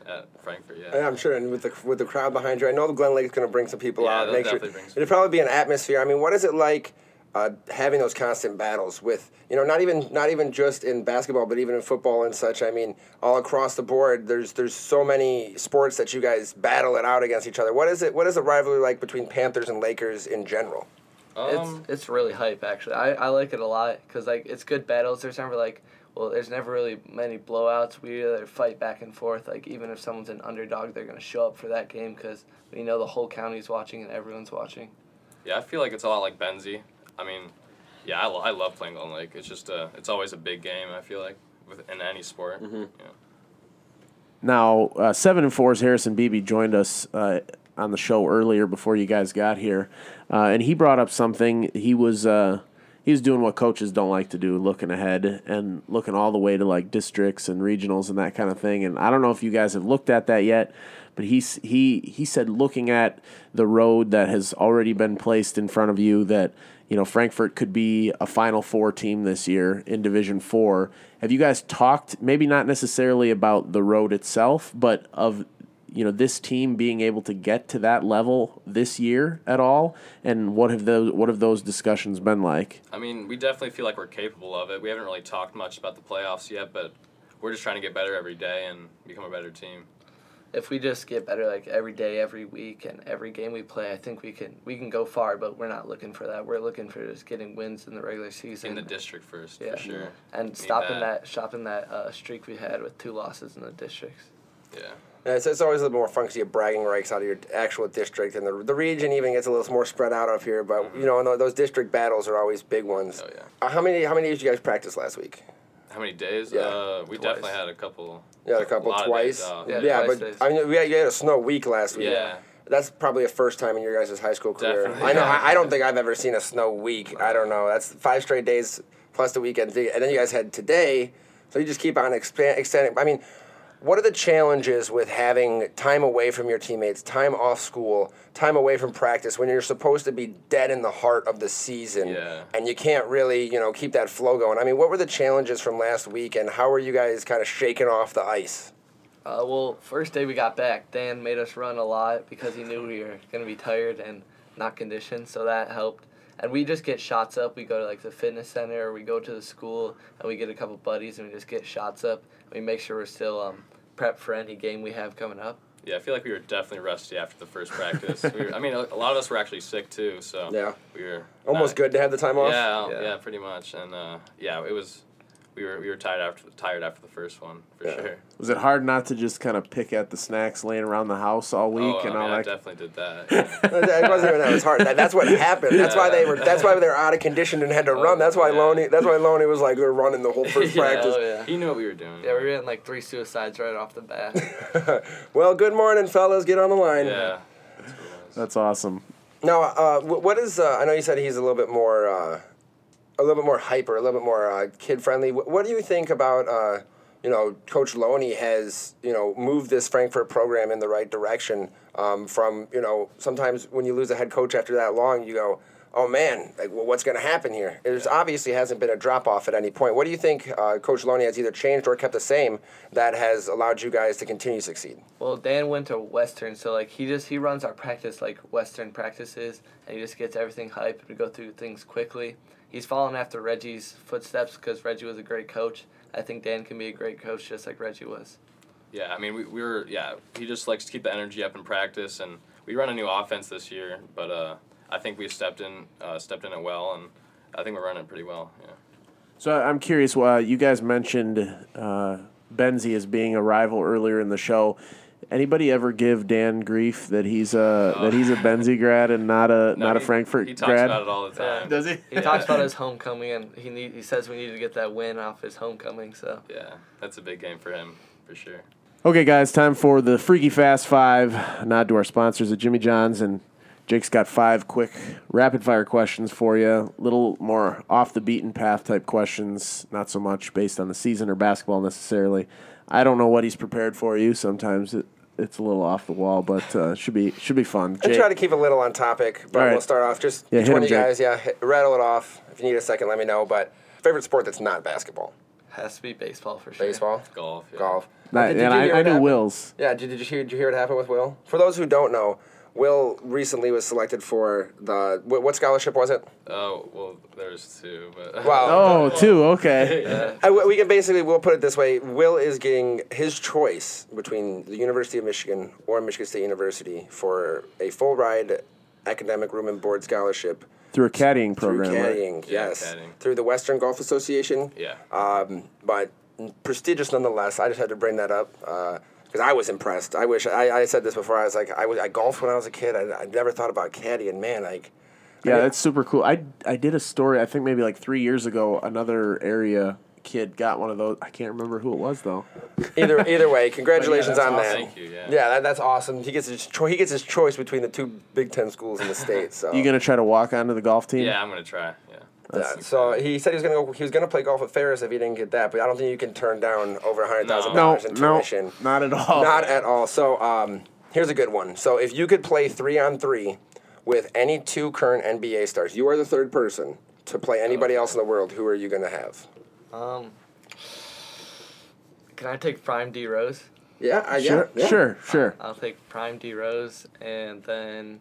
Speaker 4: at Frankfurt. Yeah.
Speaker 3: Yeah, I'm sure, and with the with the crowd behind you, I know the Glen Lake's going to bring some people
Speaker 4: Yeah,
Speaker 3: out.
Speaker 4: they'll
Speaker 3: Make sure
Speaker 4: definitely bring some
Speaker 3: it'll probably be an atmosphere. I mean, what is it like uh, having those constant battles with you know not even not even just in basketball, but even in football and such. I mean, all across the board, there's there's so many sports that you guys battle it out against each other. What is it? What is the rivalry like between Panthers and Lakers in general?
Speaker 4: Um,
Speaker 5: it's it's really hype actually. I, I like it a lot because like it's good battles. There's never like well, there's never really many blowouts. We either fight back and forth. Like even if someone's an underdog, they're gonna show up for that game because we know the whole county's watching and everyone's watching.
Speaker 4: Yeah, I feel like it's a lot like Benzie. I mean, yeah, I, lo- I love playing Golden Lake. It's just uh, it's always a big game. I feel like with in any sport. Yeah.
Speaker 1: Now, uh, seven and four's Harrison Beebe joined us uh, on the show earlier before you guys got here, uh, and he brought up something. He was uh, he was doing what coaches don't like to do, looking ahead and looking all the way to like districts and regionals and that kind of thing. And I don't know if you guys have looked at that yet, but he s- he he said looking at the road that has already been placed in front of you that. You know, Frankfurt could be a Final Four team this year in Division Four. Have you guys talked? Maybe not necessarily about the road itself, but of you know this team being able to get to that level this year at all. And what have those what have those discussions been like?
Speaker 4: I mean, we definitely feel like we're capable of it. We haven't really talked much about the playoffs yet, but we're just trying to get better every day and become a better team.
Speaker 5: If we just get better like every day, every week, and every game we play, I think we can we can go far. But we're not looking for that. We're looking for just getting wins in the regular season
Speaker 4: In the district first,
Speaker 5: Yeah.
Speaker 4: for sure.
Speaker 5: and
Speaker 4: Need
Speaker 5: stopping that stopping that uh, streak we had with two losses in the districts.
Speaker 4: Yeah.
Speaker 3: Yeah, it's, it's always a little more fun because you get bragging rights out of your actual district, and the, the region even gets a little more spread out up here. But you know, and tho- those district battles are always big ones.
Speaker 4: Mm-hmm. Oh, yeah.
Speaker 3: Uh, how many how many did you guys practice last week?
Speaker 4: How many days?
Speaker 3: Yeah,
Speaker 4: uh, we
Speaker 5: twice.
Speaker 4: definitely had a couple.
Speaker 3: Yeah, a couple
Speaker 4: lot of
Speaker 3: twice.
Speaker 4: days off.
Speaker 5: Yeah,
Speaker 3: yeah,
Speaker 5: twice
Speaker 3: but
Speaker 5: days.
Speaker 3: I mean, we had, you had a snow week last week.
Speaker 4: Yeah.
Speaker 3: That's probably a first time in your guys' high school career.
Speaker 4: Definitely.
Speaker 3: I know.
Speaker 4: Yeah.
Speaker 3: I, I don't think I've ever seen a snow week. I don't know. That's five straight days plus the weekend, and then you guys had today. So you just keep on expand, extending. I mean, what are the challenges with having time away from your teammates, time off school, time away from practice when you're supposed to be dead in the heart of the season,
Speaker 4: Yeah.
Speaker 3: and you can't really, you know, keep that flow going? I mean, what were the challenges from last week, and how were you guys kind of shaking off the ice?
Speaker 5: Uh, well, first day we got back, Dan made us run a lot because he knew we were gonna be tired and not conditioned, so that helped. And we just get shots up. We go to like the fitness center, or we go to the school, and we get a couple buddies, and we just get shots up. We make sure we're still um, prepped for any game we have coming up.
Speaker 4: Yeah, I feel like we were definitely rusty after the first practice. we were, I mean, a a lot of us were actually sick too, so
Speaker 3: Yeah.
Speaker 4: we were
Speaker 3: Almost
Speaker 4: not-
Speaker 3: good to have the time off.
Speaker 4: Yeah, yeah,
Speaker 5: Yeah.
Speaker 4: pretty much. And uh, yeah, it was. We were we were tired after tired after the first one for
Speaker 3: Yeah.
Speaker 4: sure.
Speaker 1: Was it hard not to just kind of pick at the snacks laying around the house all week
Speaker 4: Oh, I,
Speaker 1: and
Speaker 4: mean,
Speaker 1: all
Speaker 4: I
Speaker 1: that?
Speaker 4: definitely did that. yeah.
Speaker 3: it wasn't even that. It was hard. That- that's what happened. That's why they were. That's why they were out of condition and had to run. That's why
Speaker 4: Oh, yeah.
Speaker 3: Loney. That's why Loney was like they're running the whole first
Speaker 4: Yeah,
Speaker 3: practice.
Speaker 5: oh, yeah.
Speaker 4: He knew what we were doing.
Speaker 5: Yeah, we ran like three suicides right off the bat.
Speaker 3: Well, good morning, fellas. Get on the line.
Speaker 4: Yeah. That's what it was.
Speaker 1: That's awesome.
Speaker 3: Now, uh, wh- what is? Uh, I know you said he's a little bit more, uh, a little bit more hyper, a little bit more uh, kid friendly. Wh- what do you think about? Uh, you know, Coach Loney has you know moved this Frankfurt program in the right direction. Um, from you know, sometimes when you lose a head coach after that long, you go, oh man, like well, what's going to happen here? There's obviously hasn't been a drop off at any point. What do you think uh, Coach Loney has either changed or kept the same that has allowed you guys to continue to succeed?
Speaker 5: Well, Dan went to Western, so like he just he runs our practice like Western practices, and he just gets everything hyped. We go through things quickly. he's following after Reggie's footsteps because Reggie was a great coach. I think Dan can be a great coach just like Reggie was.
Speaker 4: Yeah, I mean, we, we were, yeah, he just likes to keep the energy up in practice, and we run a new offense this year, but uh, I think we stepped in, uh, stepped in it well, and I think we're running it pretty well, yeah.
Speaker 1: So I- I'm curious. Well, you guys mentioned uh, Benzie as being a rival earlier in the show. Anybody ever give Dan grief that he's a that he's a Benzie grad and not a
Speaker 4: Oh. No,
Speaker 1: not a
Speaker 4: he-
Speaker 1: Frankfurt
Speaker 4: He talks
Speaker 1: grad?
Speaker 4: about it all the time.
Speaker 1: Does he?
Speaker 5: He talks about his homecoming and he need, he says we need to get that win off his homecoming. So
Speaker 4: Yeah, that's a big game for him, for sure.
Speaker 1: Okay, guys, time for the Freaky Fast Five. A nod to our sponsors at Jimmy John's and Jake's got five quick rapid fire questions for you. Little more off the beaten path type questions, not so much based on the season or basketball necessarily. I don't know what he's prepared for you. Sometimes it, it's a little off the wall, but uh, should be should be fun.
Speaker 3: I
Speaker 1: Jake-
Speaker 3: try to keep a little on topic, but
Speaker 1: All right.
Speaker 3: we'll start off just
Speaker 1: Yeah,
Speaker 3: each
Speaker 1: hit 'em,
Speaker 3: one of you
Speaker 1: Jake.
Speaker 3: guys. Yeah, hit, rattle it off. If you need a second, let me know. But favorite sport that's not basketball,
Speaker 5: has to be baseball for sure.
Speaker 3: baseball,
Speaker 4: Golf. Yeah.
Speaker 3: golf.
Speaker 1: Nah,
Speaker 3: Did- did
Speaker 1: and
Speaker 3: you hear
Speaker 1: I, I
Speaker 3: what
Speaker 1: knew
Speaker 3: happened?
Speaker 1: Will's.
Speaker 3: Yeah, did, did you hear? Did you hear what happened with Will? For those who don't know, Will recently was selected for the wh- what scholarship was it?
Speaker 4: Oh well, there's two, but
Speaker 3: Wow.
Speaker 1: Oh, two. Okay.
Speaker 3: I- we can basically we'll put it this way: Will is getting his choice between the University of Michigan or Michigan State University for a full ride academic room and board scholarship
Speaker 1: Through a caddying
Speaker 3: through
Speaker 1: program. right?
Speaker 3: caddying,
Speaker 4: Yeah,
Speaker 3: yes,
Speaker 4: caddying.
Speaker 3: through the Western Golf Association.
Speaker 4: yeah,
Speaker 3: um, but prestigious nonetheless. I just had to bring that up because I was impressed. I wish I, I said this before. I was like, I, was, I golfed when I was a kid. I, I never thought about caddy, and man, like,
Speaker 1: Yeah, that's super cool. I I did a story. I think maybe like three years ago. Another area kid got one of those. I can't remember who it was though.
Speaker 3: either either way, congratulations
Speaker 4: that's
Speaker 3: on that.
Speaker 4: awesome. Thank you, yeah.
Speaker 3: that, that's awesome. He gets his cho- he gets his choice between the two Big Ten schools in the state. So
Speaker 1: You gonna try to walk onto the golf team?
Speaker 4: yeah, I'm gonna try. Yeah,
Speaker 3: Yeah, so he said he was gonna go. He was gonna play golf at Ferris if he didn't get that. But I don't think you can turn down over a hundred thousand
Speaker 1: No,
Speaker 3: dollars in
Speaker 1: no,
Speaker 3: tuition.
Speaker 1: not at all.
Speaker 3: Not at all. So um, here's a good one. So if you could play three on three with any two current NBA stars, you are the third person to play anybody else in the world. Who are you going to have?
Speaker 5: Um, can I take Prime D Rose?
Speaker 3: Yeah, I
Speaker 1: sure,
Speaker 3: yeah, yeah.
Speaker 1: sure, sure.
Speaker 5: I'll take Prime D Rose and then.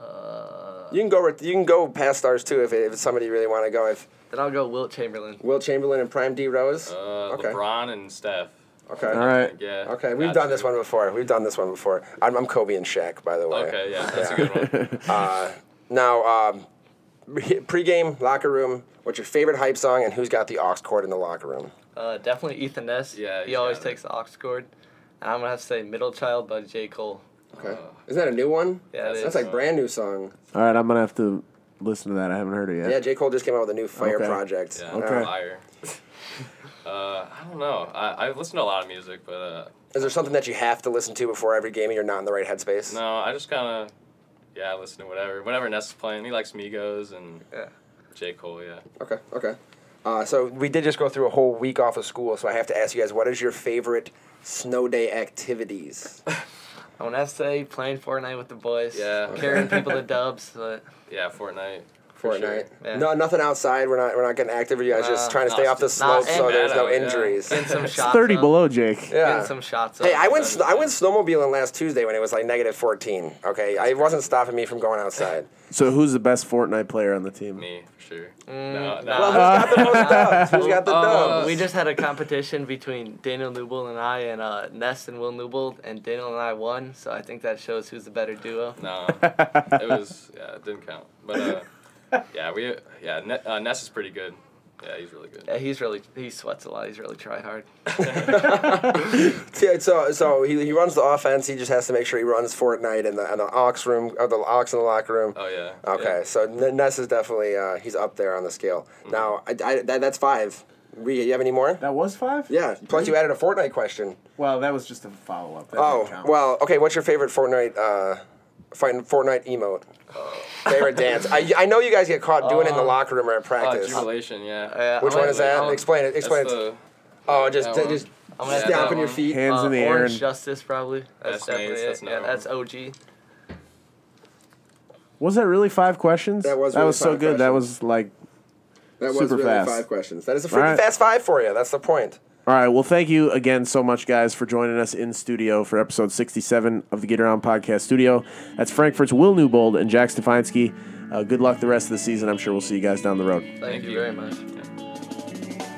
Speaker 5: Uh,
Speaker 3: You can go. with- You can go past stars too if, if it's somebody you really want to go. If
Speaker 5: then I'll go Wilt Chamberlain.
Speaker 3: Will Chamberlain and Prime D Rose.
Speaker 4: uh,
Speaker 3: okay.
Speaker 4: LeBron and Steph.
Speaker 3: Okay.
Speaker 1: All right.
Speaker 4: Yeah.
Speaker 3: Okay, we've
Speaker 4: got
Speaker 3: done
Speaker 4: to.
Speaker 3: this one before. We've done this one before. I'm, I'm Kobe and Shaq, by the way.
Speaker 4: Okay, yeah, that's a good one.
Speaker 3: Now, um, pregame locker room. What's your favorite hype song, and who's got the aux cord in the locker room?
Speaker 5: Uh, definitely Ethan Ness.
Speaker 4: Yeah,
Speaker 5: he
Speaker 4: he's
Speaker 5: always
Speaker 4: got it.
Speaker 5: takes the ox cord. And I'm gonna have to say Middle Child by J Cole.
Speaker 4: Uh,
Speaker 3: Okay. Is that a new one?
Speaker 5: Yeah, it
Speaker 3: that's
Speaker 5: is.
Speaker 3: like brand new song.
Speaker 1: All right, I'm gonna have to listen to that. I haven't heard it yet.
Speaker 3: Yeah, J. Cole just came out with a new Fire
Speaker 1: Okay.
Speaker 3: project.
Speaker 4: Yeah,
Speaker 3: Uh,
Speaker 1: Okay.
Speaker 4: Liar. Uh, I don't know. I I've listened to a lot of music, but uh,
Speaker 3: Is there something that you have to listen to before every game and you're not in the right headspace?
Speaker 4: no, I just kind of, yeah, I listen to whatever, whenever Ness is playing. He likes Migos and
Speaker 5: Yeah.
Speaker 4: J Cole. Yeah.
Speaker 3: Okay, okay. Uh, so we did just go through a whole week off of school, so I have to ask you guys, what is your favorite snow day activities?
Speaker 5: I'm gonna have to say playing Fortnite with the boys.
Speaker 4: Yeah.
Speaker 5: Carrying people to dubs, but
Speaker 4: Yeah, Fortnite. for sure.
Speaker 3: Fortnite.
Speaker 5: Yeah.
Speaker 3: No, nothing outside. We're not. We're not getting active. You guys just
Speaker 5: Nah,
Speaker 3: trying to stay
Speaker 4: nah,
Speaker 3: off the
Speaker 4: it's
Speaker 5: not-
Speaker 3: slope so
Speaker 5: nah,
Speaker 3: Oh, there's no
Speaker 4: yeah.
Speaker 3: injuries.
Speaker 5: getting some
Speaker 1: It's
Speaker 5: shots.
Speaker 1: Thirty
Speaker 5: up.
Speaker 1: below, Jake.
Speaker 5: Getting
Speaker 3: yeah.
Speaker 5: some shots.
Speaker 3: Hey,
Speaker 5: up, Uh,
Speaker 3: I went
Speaker 5: so-
Speaker 3: I went snowmobiling last Tuesday when it was like negative 14. Okay, I, it wasn't stopping me from going outside.
Speaker 1: So who's the best Fortnite player on the team?
Speaker 4: Me for sure.
Speaker 3: Mm,
Speaker 4: no, no.
Speaker 5: nah.
Speaker 3: Who's got the most dubs? Who's got the dubs?
Speaker 5: We just had a competition between Daniel Newbold and I, and uh, Ness and Will Newbold, and Daniel and I won. So I think that shows who's the better duo.
Speaker 4: No, it was yeah, it didn't count. But uh, yeah, we yeah, ne- uh, Ness is pretty good. Yeah, he's really good.
Speaker 5: Yeah, he's really he sweats a lot. He's really try hard.
Speaker 3: Yeah, so so he, he runs the offense. He just has to make sure he runs Fortnite in the in the ox room or the ox in the locker room.
Speaker 4: Oh yeah.
Speaker 3: Okay, so N- Ness is definitely uh, he's up there on the scale. Now I, I, that, that's five. We, you have any more?
Speaker 1: That was five.
Speaker 3: Yeah. Plus you added a Fortnite question.
Speaker 1: Well, that was just a follow up.
Speaker 3: Oh well. Okay. What's your favorite Fortnite? Uh, fighting Fortnite emote. Favorite dance. I, I know you guys get caught doing it in the locker room or at
Speaker 4: Yeah. Uh,
Speaker 3: practice.
Speaker 4: jubilation, yeah.
Speaker 5: Yeah,
Speaker 3: Which
Speaker 5: I'm
Speaker 3: one
Speaker 5: gonna-
Speaker 3: is that?
Speaker 4: Oh,
Speaker 3: Explain it.
Speaker 4: that's
Speaker 3: Explain it.
Speaker 4: the-
Speaker 3: oh, just
Speaker 4: that one.
Speaker 3: just
Speaker 5: I'm gonna
Speaker 4: Yeah, that
Speaker 3: stomping your
Speaker 4: one.
Speaker 3: feet.
Speaker 1: hands
Speaker 5: Uh,
Speaker 1: in the air.
Speaker 5: Orange
Speaker 1: And,
Speaker 5: Justice probably. That's
Speaker 4: That's nice,
Speaker 5: definitely
Speaker 4: that's
Speaker 5: it.
Speaker 4: another
Speaker 5: Yeah,
Speaker 4: one.
Speaker 5: that's OG.
Speaker 1: was that really five questions?
Speaker 3: That was
Speaker 1: that
Speaker 3: really
Speaker 1: was so
Speaker 3: five
Speaker 1: good. That
Speaker 3: questions.
Speaker 1: was like
Speaker 3: That was
Speaker 1: Super
Speaker 3: really
Speaker 1: fast.
Speaker 3: five questions. That is a freaking
Speaker 1: Alright.
Speaker 3: fast five for you. That's the point.
Speaker 1: All right. Well, thank you again so much, guys, for joining us in studio for episode 67 of the Get Around Podcast Studio. That's Frankfurt's Will Newbold and Jack Stefanski. Uh, good luck the rest of the season. I'm sure we'll see you guys down the road.
Speaker 5: Thank you very much.
Speaker 4: Yeah.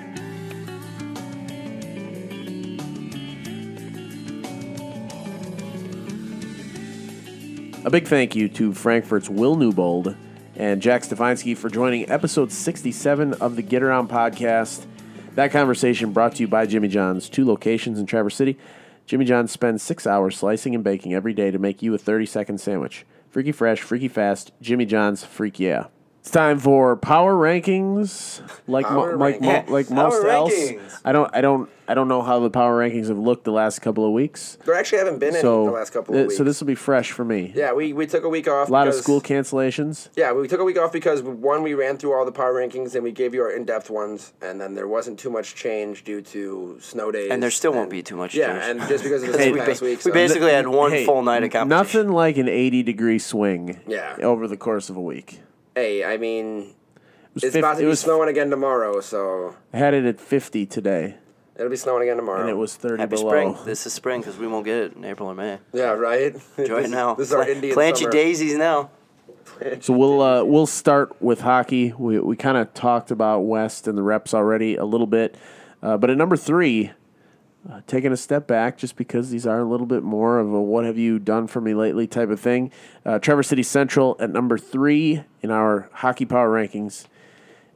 Speaker 1: A big thank you to Frankfurt's Will Newbold and Jack Stefanski for joining episode 67 of the Get Around podcast. That conversation brought to you by Jimmy John's, two locations in Traverse City. Jimmy John's spends six hours slicing and baking every day to make you a 30 second sandwich. Freaky fresh, freaky fast, Jimmy John's, freak yeah. It's time for power rankings. Like mo-
Speaker 3: Power
Speaker 1: like mo-
Speaker 3: rankings.
Speaker 1: like
Speaker 2: Power
Speaker 1: most else,
Speaker 2: rankings.
Speaker 1: I don't I don't I don't know how the power rankings have looked the last couple of weeks.
Speaker 3: There actually haven't been any
Speaker 1: So
Speaker 3: the last couple of
Speaker 1: th-
Speaker 3: weeks.
Speaker 1: so this will be fresh for me.
Speaker 3: yeah, we, we took a week off.
Speaker 1: A lot of
Speaker 3: because-
Speaker 1: school cancellations.
Speaker 3: Yeah, we took a week off because one, we ran through all the power rankings and we gave you our in depth ones, and then there wasn't too much change due to snow days.
Speaker 2: And there still won't be too much
Speaker 3: Yeah,
Speaker 2: change.
Speaker 3: and just because of the
Speaker 2: Hey, we
Speaker 3: last
Speaker 2: ba-
Speaker 3: week.
Speaker 2: we
Speaker 3: so-
Speaker 2: basically had one
Speaker 1: Hey,
Speaker 2: full night of competition.
Speaker 1: Nothing like an 80 degree swing
Speaker 3: Yeah.
Speaker 1: over the course of a week.
Speaker 3: hey, I mean,
Speaker 1: It was,
Speaker 3: it's
Speaker 1: fif-
Speaker 3: about to
Speaker 1: it
Speaker 3: be
Speaker 1: was
Speaker 3: snowing again tomorrow, so
Speaker 1: I had it at 50 today,
Speaker 3: it'll be snowing again tomorrow.
Speaker 1: and it was 30
Speaker 2: Happy
Speaker 1: below.
Speaker 2: spring. This is spring because we won't get it in April or May.
Speaker 3: yeah, right.
Speaker 2: Enjoy
Speaker 3: this,
Speaker 2: it now.
Speaker 3: This is our
Speaker 2: Pla-
Speaker 3: Indian
Speaker 2: Plant
Speaker 3: summer.
Speaker 2: your daisies now.
Speaker 1: So we'll uh, we'll start with hockey. We we kind of talked about West and the reps already a little bit, uh, but at number three, uh, taking a step back just because these are a little bit more of a "what have you done for me lately" type of thing. Uh, Trevor City Central at number three in our hockey power rankings.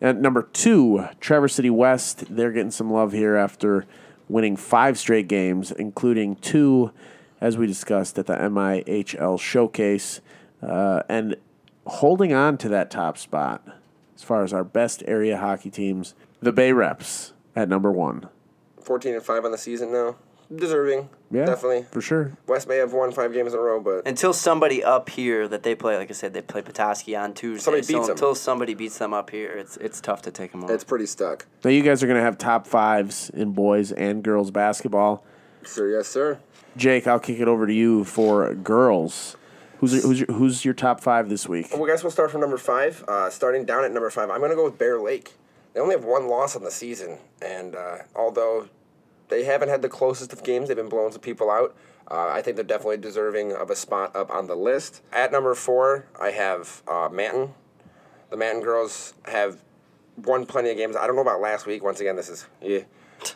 Speaker 1: At number two, Traverse City West. They're getting some love here after winning five straight games, including two, as we discussed at the MIHL Showcase, uh, and holding on to that top spot as far as our best area hockey teams. The Bay Reps at number one.
Speaker 3: Fourteen and five on the season now. Deserving.
Speaker 1: Yeah,
Speaker 3: definitely.
Speaker 1: for sure.
Speaker 3: West may have won five games in a row, but
Speaker 2: Until somebody up here that they play, like I said, they play Petoskey on Tuesday.
Speaker 3: Somebody
Speaker 2: so
Speaker 3: beats 'em.
Speaker 2: until somebody beats them up here, it's it's tough to take them on.
Speaker 3: it's pretty stuck.
Speaker 1: Now you guys are going to have top fives in boys and girls basketball.
Speaker 3: Sir, yes, sir.
Speaker 1: Jake, I'll kick it over to you for girls. Who's your, who's your, who's your top five this week?
Speaker 3: Well, I guess we'll start from number five. Uh, starting down at number five, I'm going to go with Bear Lake. They only have one loss on the season, and uh, although they haven't had the closest of games, they've been blowing some people out. Uh, I think they're definitely deserving of a spot up on the list. At number four, I have uh, Manton. The Manton girls have won plenty of games. I don't know about last week. Once again, this is yeah.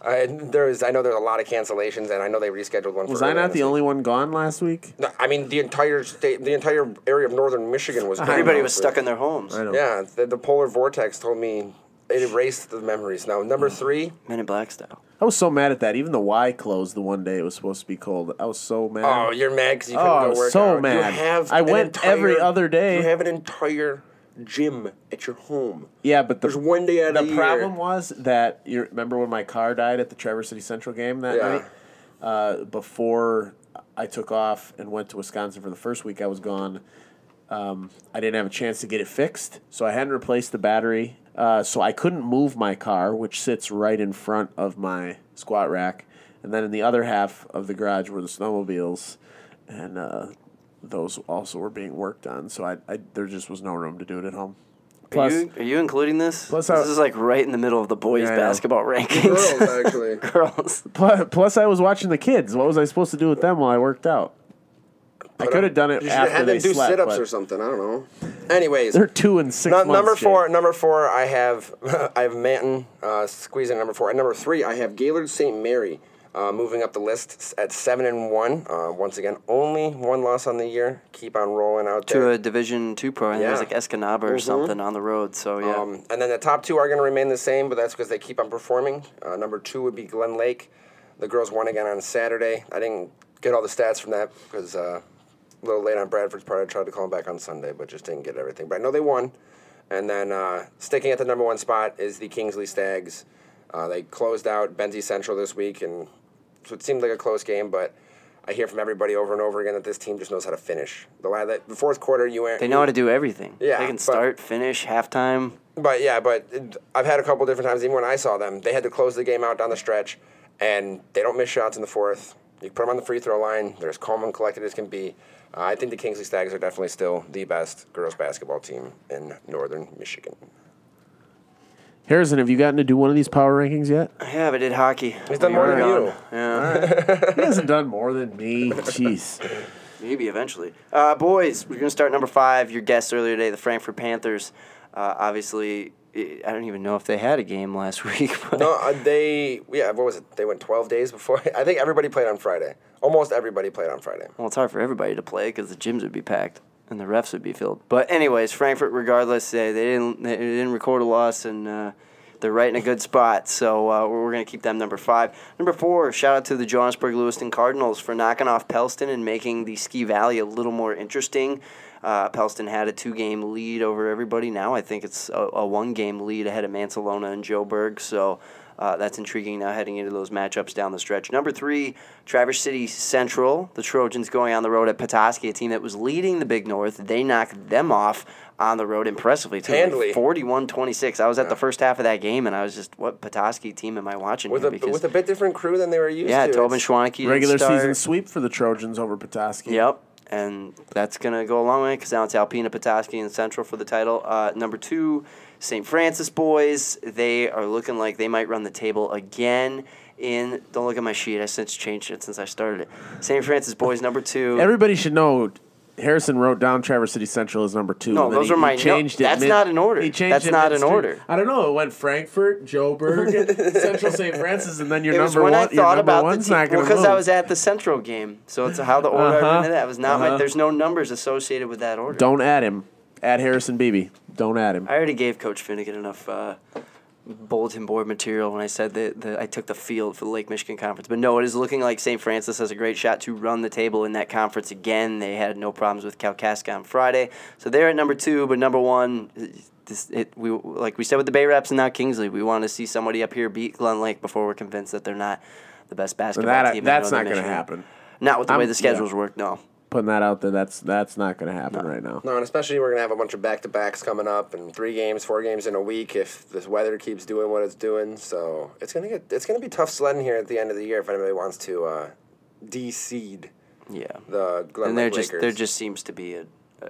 Speaker 3: I, there is, I know there's a lot of cancellations, and I know they rescheduled one.
Speaker 1: Was
Speaker 3: for
Speaker 1: I
Speaker 3: earlier
Speaker 1: not
Speaker 3: this
Speaker 1: the only one gone last week?
Speaker 3: week. No, I mean, the entire state, the entire area of northern Michigan
Speaker 1: Uh-huh.
Speaker 3: was.
Speaker 2: Everybody
Speaker 3: gone
Speaker 2: was
Speaker 3: for-
Speaker 2: stuck in their homes.
Speaker 1: know.
Speaker 3: yeah, the, the polar vortex told me it erased the memories. Now, number
Speaker 1: Mm.
Speaker 3: three,
Speaker 2: Men in Black style.
Speaker 1: I was so mad at that. Even the Y closed the one day it was supposed to be cold. I was so mad.
Speaker 3: oh, you're mad because you couldn't
Speaker 1: Oh, I
Speaker 3: go
Speaker 1: was
Speaker 3: work
Speaker 1: so
Speaker 3: out.
Speaker 1: mad.
Speaker 3: You have
Speaker 1: I
Speaker 3: an
Speaker 1: went every other day.
Speaker 3: You have an entire gym at your home.
Speaker 1: yeah, but the,
Speaker 3: There's one day out
Speaker 1: the
Speaker 3: of the
Speaker 1: problem
Speaker 3: year.
Speaker 1: was that you remember when my car died at the Trevor City Central game that
Speaker 3: Yeah.
Speaker 1: night. Uh, before I took off and went to Wisconsin for the first week I was gone, um, I didn't have a chance to get it fixed, so I hadn't replaced the battery. Uh, so I couldn't move my car, which sits right in front of my squat rack. And then in the other half of the garage were the snowmobiles, and uh, those also were being worked on. So I, I there just was no room to do it at home.
Speaker 2: Are
Speaker 1: Plus,
Speaker 2: you, are you including this?
Speaker 1: Plus
Speaker 2: this
Speaker 1: I-
Speaker 2: is like right in the middle of the boys
Speaker 1: Yeah, I know.
Speaker 2: basketball rankings.
Speaker 3: Girls, actually.
Speaker 2: Girls.
Speaker 1: Plus, plus, I was watching the kids. What was I supposed to do with them while I worked out?
Speaker 2: uh,
Speaker 1: I could have done it
Speaker 3: You should
Speaker 1: after
Speaker 3: have had
Speaker 1: they
Speaker 3: them do
Speaker 1: slept.
Speaker 3: sit-ups
Speaker 1: but
Speaker 3: or something. I don't know. Anyways,
Speaker 1: They're two and six.
Speaker 3: nu-
Speaker 1: months,
Speaker 3: number
Speaker 1: Jake.
Speaker 3: four, number four, I have I have Manton uh, squeezing number four. At number three, I have Gaylord St. Mary uh, moving up the list s- at seven and one. Uh, once again, only one loss on the year. Keep on rolling out there.
Speaker 2: To a Division Two pro, and yeah.
Speaker 3: Yeah.
Speaker 2: was
Speaker 3: Mm-hmm.
Speaker 2: like Escanaba or something on the road. So yeah,
Speaker 3: Um, and then the top two are going to remain the same, but that's because they keep on performing. Uh, number two would be Glen Lake. The girls won again on Saturday. I didn't get all the stats from that because uh, a little late on Bradford's part. I tried to call them back on Sunday, but just didn't get everything. But I know they won. And then uh, sticking at the number one spot is the Kingsley Stags. Uh, they closed out Benzie Central this week, and so it seemed like a close game, but. I hear from everybody over and over again that this team just knows how to finish. The, la- the the fourth quarter, you were
Speaker 2: they know how to do everything.
Speaker 3: Yeah,
Speaker 2: they can
Speaker 3: but-
Speaker 2: start, finish, halftime.
Speaker 3: but yeah, but it- I've had a couple different times. Even when I saw them, they had to close the game out down the stretch, and they don't miss shots in the fourth. You put them on the free throw line. They're as calm and collected as can be. Uh, I think the Kingsley Stags are definitely still the best girls basketball team in Northern Michigan.
Speaker 1: Harrison, have you gotten to do one of these power rankings yet?
Speaker 2: Yeah, but I did hockey.
Speaker 3: He's done more than you.
Speaker 2: Yeah.
Speaker 1: he hasn't done more than me. Jeez.
Speaker 2: Maybe eventually. Uh, boys, we're going to start number five. Your guest earlier today, the Frankfurt Panthers. Uh, obviously, I I don't even know if they had a game last week. But
Speaker 3: No, uh, they yeah. What was it? They went twelve days before. I think everybody played on Friday. Almost everybody played on Friday.
Speaker 2: Well, it's hard for everybody to play because the gyms would be packed and the refs would be filled. But anyways, Frankfurt, regardless, they, they didn't they didn't record a loss and uh, they're right in a good spot. So uh, we're we're gonna keep them number five. Number four, shout out to the Johannesburg Lewiston Cardinals for knocking off Pelston and making the Ski Valley a little more interesting. Uh, Pelston had a two-game lead over everybody. Now I think it's a, a one-game lead ahead of Mansalona and Joburg. So. Uh, that's intriguing now heading into those matchups down the stretch. Number three, Traverse City Central. The Trojans going on the road at Petoskey, a team that was leading the Big North. They knocked them off on the road impressively, too.
Speaker 3: Handily.
Speaker 2: 41 26. I was at the first half of that game and I was just, what Petoskey team am I watching?
Speaker 3: With
Speaker 2: here?
Speaker 3: a with a bit different crew than they were used
Speaker 2: yeah,
Speaker 3: to.
Speaker 2: Tobin
Speaker 3: It's-
Speaker 2: Schwaneke. didn't
Speaker 1: Regular
Speaker 2: start.
Speaker 1: season sweep for the Trojans over Petoskey.
Speaker 2: Yep. And that's going to go a long way because now it's Alpena, Petoskey, and Central for the title. Uh, number two, St. Francis boys. They are looking like they might run the table again. In don't look at my sheet. I since changed it since I started it. St. Francis boys number two.
Speaker 1: Everybody should know. Harrison wrote down Traverse City Central as number two.
Speaker 2: No,
Speaker 1: and then
Speaker 2: those
Speaker 1: he-
Speaker 2: are
Speaker 1: he
Speaker 2: my- no,
Speaker 1: Changed it
Speaker 2: that's
Speaker 1: mid-
Speaker 2: not in order.
Speaker 1: He changed
Speaker 2: That's
Speaker 1: it
Speaker 2: not in
Speaker 1: midstream.
Speaker 2: order.
Speaker 1: I don't know. It went Frankfurt, Joburg, Central St. Francis, and then your
Speaker 2: it was
Speaker 1: number
Speaker 2: when
Speaker 1: one.
Speaker 2: I
Speaker 1: your
Speaker 2: thought
Speaker 1: number
Speaker 2: about the
Speaker 1: one's
Speaker 2: team.
Speaker 1: not
Speaker 2: Well,
Speaker 1: going
Speaker 2: because I was at the Central game, so it's how the order I
Speaker 1: Uh-huh.
Speaker 2: remember that was not my.
Speaker 1: Uh-huh.
Speaker 2: There's no numbers associated with that order.
Speaker 1: Don't add him. Add Harrison Beebe. Don't add him.
Speaker 2: I already gave Coach Finnegan enough uh, bulletin board material when I said that, that I took the field for the Lake Michigan Conference. But no, it is looking like St. Francis has a great shot to run the table in that conference again. They had no problems with Kalkaska on Friday, so they're at number two. But number one, this, it, we like we said with the Bay Reps and now Kingsley, we want to see somebody up here beat Glen Lake before we're convinced that they're not the best basketball
Speaker 1: that,
Speaker 2: team. in
Speaker 1: that's not
Speaker 2: Northern
Speaker 1: going to
Speaker 2: Michigan.
Speaker 1: happen.
Speaker 2: Not with the way
Speaker 1: I'm-
Speaker 2: the schedules
Speaker 1: yeah.
Speaker 2: work. No.
Speaker 1: Putting that out there, that's that's not going to happen right now.
Speaker 3: No, and especially we're gonna have a bunch of back to backs coming up, and three games, four games in a week if this weather keeps doing what it's doing. So it's gonna get it's gonna be tough sledding here at the end of the year if anybody wants to uh, de-seed
Speaker 2: Yeah.
Speaker 3: the Glen
Speaker 2: and there
Speaker 3: Lake
Speaker 2: just
Speaker 3: Lakers.
Speaker 2: there just seems to be a,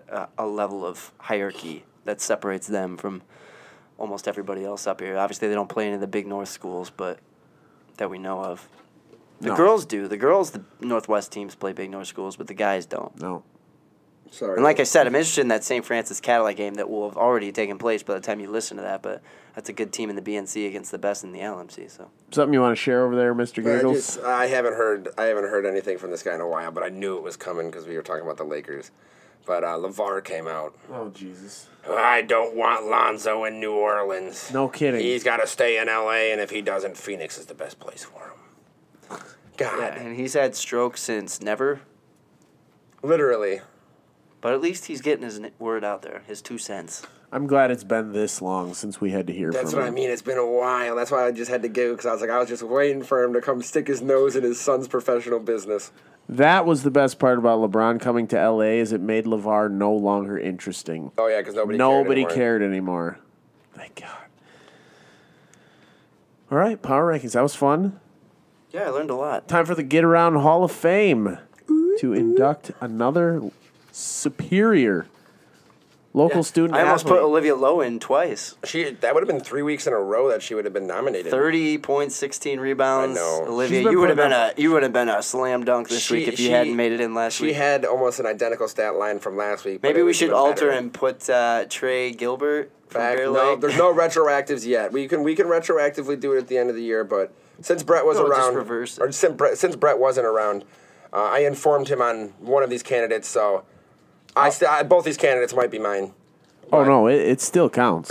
Speaker 2: a a level of hierarchy that separates them from almost everybody else up here. Obviously, they don't play any of the big North schools, but that we know of. The
Speaker 1: No.
Speaker 2: girls do. The girls, the Northwest teams play big North schools, but the guys don't.
Speaker 1: No.
Speaker 3: Sorry.
Speaker 2: And like I said, I'm interested in that St. Francis Cadillac game that will have already taken place by the time you listen to that. But that's a good team in the BNC against the best in the LMC. So
Speaker 1: Something you want to share over there, Mr.
Speaker 3: I,
Speaker 1: Giggles?
Speaker 3: just, I haven't heard I haven't heard anything from this guy in a while, but I knew it was coming because we were talking about the Lakers. But uh, Levar came out.
Speaker 1: oh, Jesus.
Speaker 3: I don't want Lonzo in New Orleans.
Speaker 1: No kidding.
Speaker 3: He's got to stay in L.A. And if he doesn't, Phoenix is the best place for him. God,
Speaker 2: and he's had strokes since never,
Speaker 3: literally.
Speaker 2: but at least he's getting his n- word out there, his two cents.
Speaker 1: I'm glad it's been this long since we had to hear
Speaker 3: That's
Speaker 1: from
Speaker 3: what I
Speaker 1: him.
Speaker 3: mean. It's been a while. That's why I just had to go because I was like, I was just waiting for him to come stick his nose in his son's professional business.
Speaker 1: That was the best part about LeBron coming to LA is it made LeVar no longer interesting.
Speaker 3: Oh yeah, because nobody.
Speaker 1: Nobody
Speaker 3: cared. anymore.
Speaker 1: cared anymore. Thank God. All right, power rankings. That was fun.
Speaker 2: Yeah, I learned a lot.
Speaker 1: Time for the Get Around Hall of Fame to induct another superior local student.
Speaker 2: I almost
Speaker 1: athlete.
Speaker 2: put Olivia Lowe in twice.
Speaker 3: She that would have been three weeks in a row that she would have been nominated.
Speaker 2: Thirty point sixteen rebounds.
Speaker 3: I know.
Speaker 1: She's
Speaker 2: Olivia,
Speaker 1: been
Speaker 2: you would have
Speaker 1: putting
Speaker 2: been a you would have been a slam dunk this
Speaker 3: She-
Speaker 2: week if you
Speaker 3: she-
Speaker 2: hadn't made it in last
Speaker 3: She
Speaker 2: week.
Speaker 3: had almost an identical stat line from last week. but
Speaker 2: Maybe
Speaker 3: it
Speaker 2: we
Speaker 3: was
Speaker 2: should
Speaker 3: even
Speaker 2: alter
Speaker 3: better.
Speaker 2: and put uh, Trey Gilbert from
Speaker 3: Back,
Speaker 2: Bear
Speaker 3: no,
Speaker 2: Lake.
Speaker 3: there's no retroactives yet. We can we can retroactively do it at the end of the year, but since Brett was
Speaker 2: No, just
Speaker 3: around,
Speaker 2: reverse it.
Speaker 3: or since Brett, since Brett wasn't around, uh, I informed him on one of these candidates. So,
Speaker 2: Oh.
Speaker 3: I, st- I both these candidates might be mine.
Speaker 1: Oh no, it, it still counts.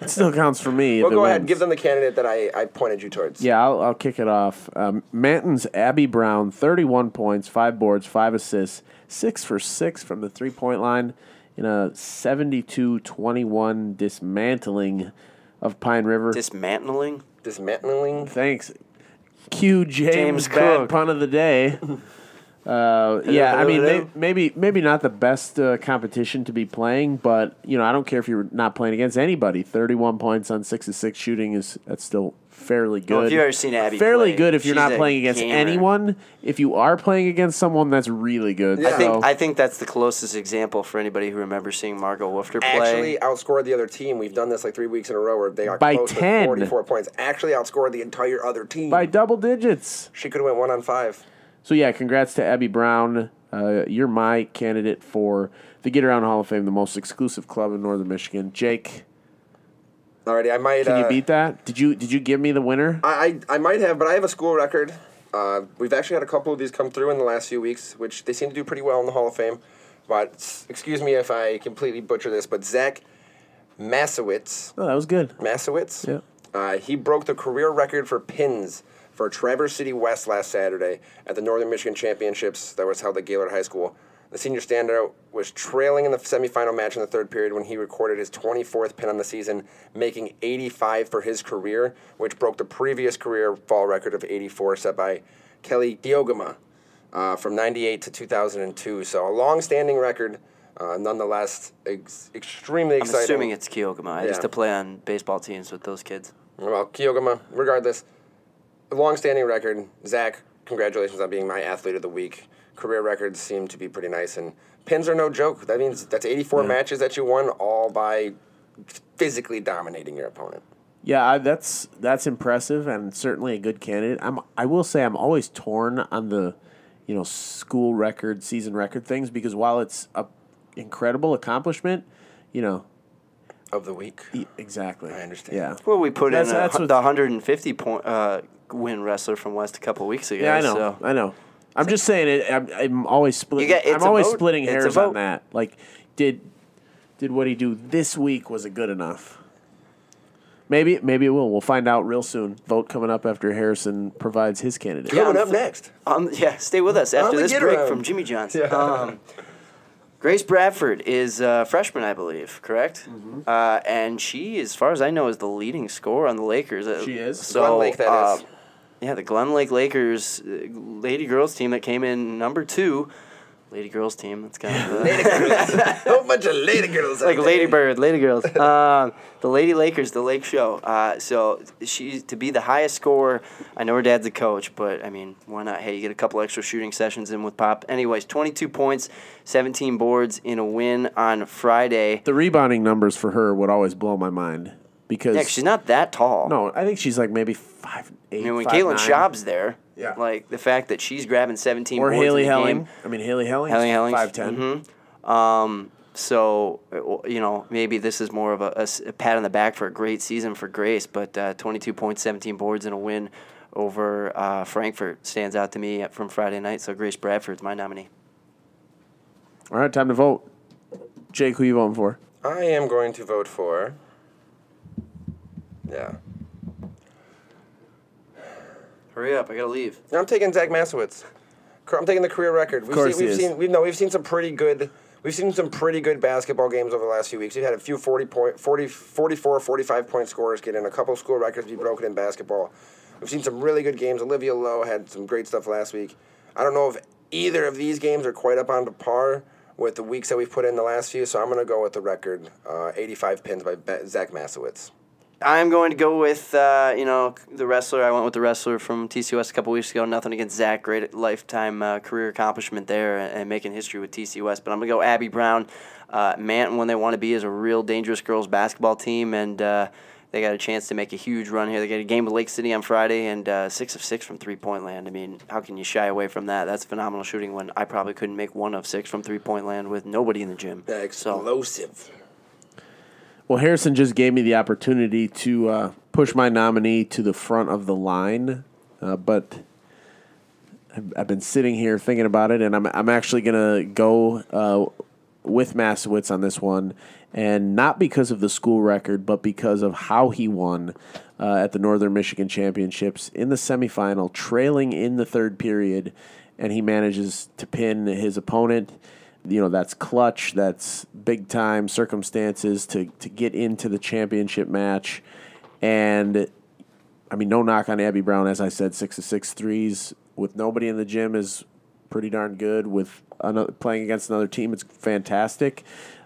Speaker 1: it still counts for me. if
Speaker 3: Well,
Speaker 1: it
Speaker 3: go ahead.
Speaker 1: wins.
Speaker 3: Give them the candidate that I, I pointed you towards.
Speaker 1: Yeah, I'll, I'll kick it off. Um, Manton's Abby Brown, 31 points, five boards, five assists, six for six from the three point line in a 72 21 dismantling of Pine River.
Speaker 2: Dismantling.
Speaker 3: Dismantling.
Speaker 1: Thanks. Q James,
Speaker 2: James
Speaker 1: bad
Speaker 2: Cook.
Speaker 1: pun of the day. Uh, yeah, I mean,
Speaker 2: hello,
Speaker 1: may,
Speaker 2: hello.
Speaker 1: maybe maybe not the best uh, competition to be playing, but you know, I don't care if you're not playing against anybody. Thirty-one points on six to six shooting is that's still fairly good.
Speaker 2: Well, if you've ever seen Abby
Speaker 1: fairly
Speaker 2: play,
Speaker 1: good if you're
Speaker 2: she's
Speaker 1: not
Speaker 2: a
Speaker 1: playing against
Speaker 2: gamer.
Speaker 1: anyone. If you are playing against someone, that's really good.
Speaker 3: Yeah.
Speaker 2: I think
Speaker 1: So-
Speaker 2: I think that's the closest example for anybody who remembers seeing Margot Wolfter play.
Speaker 3: Actually outscored the other team. We've done this like three weeks in a row where they got
Speaker 1: By
Speaker 3: close
Speaker 1: 10.
Speaker 3: with 44 points. Actually outscored the entire other team.
Speaker 1: by double digits.
Speaker 3: she could have went one on five.
Speaker 1: So yeah, congrats to Abby Brown. Uh, you're my candidate for the Get Around Hall of Fame, the most exclusive club in Northern Michigan. Jake,
Speaker 3: Alrighty, I might.
Speaker 1: can
Speaker 3: uh,
Speaker 1: you beat that? Did you did you give me the winner?
Speaker 3: I, I I might have, but I have a school record. Uh, we've actually had a couple of these come through in the last few weeks, which they seem to do pretty well in the Hall of Fame. But s- excuse me if I completely butcher this, but Zach Masowitz,
Speaker 1: Oh, that was good.
Speaker 3: Masowitz,
Speaker 1: Yeah.
Speaker 3: uh, he broke the career record for pins for Traverse City West last Saturday at the Northern Michigan Championships that was held at Gaylord High School. The senior standout was trailing in the semifinal match in the third period when he recorded his 24th pin on the season, making 85 for his career, which broke the previous career fall record of 84 set by Kelly Diogama uh, from 98 to 2002. So a long-standing record, uh, nonetheless, ex- extremely
Speaker 2: I'm
Speaker 3: exciting.
Speaker 2: assuming it's Kyogama. I used
Speaker 3: Yeah.
Speaker 2: to play on baseball teams with those kids.
Speaker 3: Well, Kyogama, regardless, a long-standing record. Zach, congratulations on being my athlete of the week. Career records seem to be pretty nice, and pins are no joke. That means that's 84 matches that you won, all by physically dominating your opponent.
Speaker 1: Yeah, I, that's that's impressive and certainly a good candidate. I'm I will say I'm always torn on the, you know, school record, season record things because while it's a incredible accomplishment, you know,
Speaker 3: Of the week.
Speaker 1: e- exactly.
Speaker 3: I understand.
Speaker 1: Yeah.
Speaker 2: Well, we put
Speaker 1: That's-
Speaker 2: in a,
Speaker 1: that's
Speaker 2: hu-
Speaker 1: what-
Speaker 2: the 150 point uh, win wrestler from West a couple weeks ago.
Speaker 1: Yeah, I know.
Speaker 2: So.
Speaker 1: I know. I'm just saying it. I'm, I'm always splitting.
Speaker 2: get- it's
Speaker 1: I'm
Speaker 2: a
Speaker 1: always
Speaker 2: vote.
Speaker 1: splitting
Speaker 2: It's a
Speaker 1: hairs on
Speaker 2: vote.
Speaker 1: that. Like, did did what he do this week? Was it good enough? Maybe maybe it will. We'll find out real soon. Vote coming up after Harrison provides his candidate.
Speaker 2: I'm
Speaker 3: Coming up
Speaker 2: f-
Speaker 3: next.
Speaker 2: Um, yeah, stay with us after
Speaker 3: the
Speaker 2: this
Speaker 3: get
Speaker 2: break
Speaker 3: around.
Speaker 2: from Jimmy Johnson. Um, Grace Bradford is a freshman, I believe, correct?
Speaker 3: Mm-hmm.
Speaker 2: Uh, and she, as far as I know, is the leading scorer on the Lakers. Uh,
Speaker 1: She is.
Speaker 2: So,
Speaker 3: Glen Lake, that
Speaker 2: uh,
Speaker 3: is.
Speaker 2: Yeah, the Glen Lake Lakers uh, Lady Girls team that came in number two. Lady Girls team, that's kind of. Uh,
Speaker 3: Whole oh, bunch of lady girls. out
Speaker 2: like
Speaker 3: there.
Speaker 2: Lady Bird, Lady Girls. Um, the Lady Lakers, the Lake Show. Uh, so she to be the highest scorer. I know her dad's a coach, but I mean, why not? Hey, you get a couple extra shooting sessions in with Pop. Anyways, 22 points, 17 boards in a win on Friday.
Speaker 1: The rebounding numbers for her would always blow my mind because
Speaker 2: Yeah, 'cause she's not that tall.
Speaker 1: no, I think she's like maybe five eight.
Speaker 2: I mean, when
Speaker 1: five,
Speaker 2: Caitlin
Speaker 1: nine.
Speaker 2: Schaub's there,
Speaker 1: Yeah.
Speaker 2: like the fact that she's grabbing 17
Speaker 1: or
Speaker 2: boards in
Speaker 1: Haley
Speaker 2: the game.
Speaker 1: Helling, I mean Haley Helling,
Speaker 2: Haley mm-hmm. Hellings,
Speaker 1: five ten.
Speaker 2: Um, so, uh, you know, maybe this is more of a, a s- a pat on the back for a great season for Grace, but uh, 22 points, 17 boards, and a win over uh, Frankfurt stands out to me uh, from Friday night. So, Grace Bradford's my nominee.
Speaker 1: All right, time to vote. Jake, who you voting for?
Speaker 3: I am going to vote for. Yeah.
Speaker 2: Hurry up, I gotta leave.
Speaker 3: No, I'm taking Zach Masowitz. Cor- I'm taking the career record. We've
Speaker 1: course
Speaker 3: seen,
Speaker 1: he
Speaker 3: we've
Speaker 1: is.
Speaker 3: seen we've no, we've seen some pretty good we've seen some pretty good basketball games over the last few weeks. We've had a few 40 point 40 44 45 point scorers get in a couple school records be broken in basketball. We've seen some really good games. Olivia Lowe had some great stuff last week. I don't know if either of these games are quite up on par with the weeks that we've put in the last few, so I'm going to go with the record uh, 85 pins by Be- Zach Masowitz.
Speaker 2: I'm going to go with uh, you know the wrestler. I went with the wrestler from TCUS a couple weeks ago. Nothing against Zach, great lifetime uh, career accomplishment there and, and making history with TCUS. But I'm gonna go Abby Brown. Uh, Manton, when they want to be, is a real dangerous girls basketball team, and uh, they got a chance to make a huge run here. They got a game with Lake City on Friday, and uh, six of six from three point land. I mean, how can you shy away from that? That's phenomenal shooting. When I probably couldn't make one of six from three point land with nobody in the gym. So
Speaker 3: Explosive.
Speaker 1: Well, Harrison just gave me the opportunity to uh, push my nominee to the front of the line, uh, but I've, I've been sitting here thinking about it, and I'm I'm actually gonna go uh, with Masowitz on this one, and not because of the school record, but because of how he won uh, at the Northern Michigan Championships in the semifinal, trailing in the third period, and he manages to pin his opponent. You know, that's clutch, that's big time circumstances to, to get into the championship match. And I mean, no knock on Abby Brown. As I said, six to six threes with nobody in the gym is pretty darn good. With another, playing against another team, it's fantastic.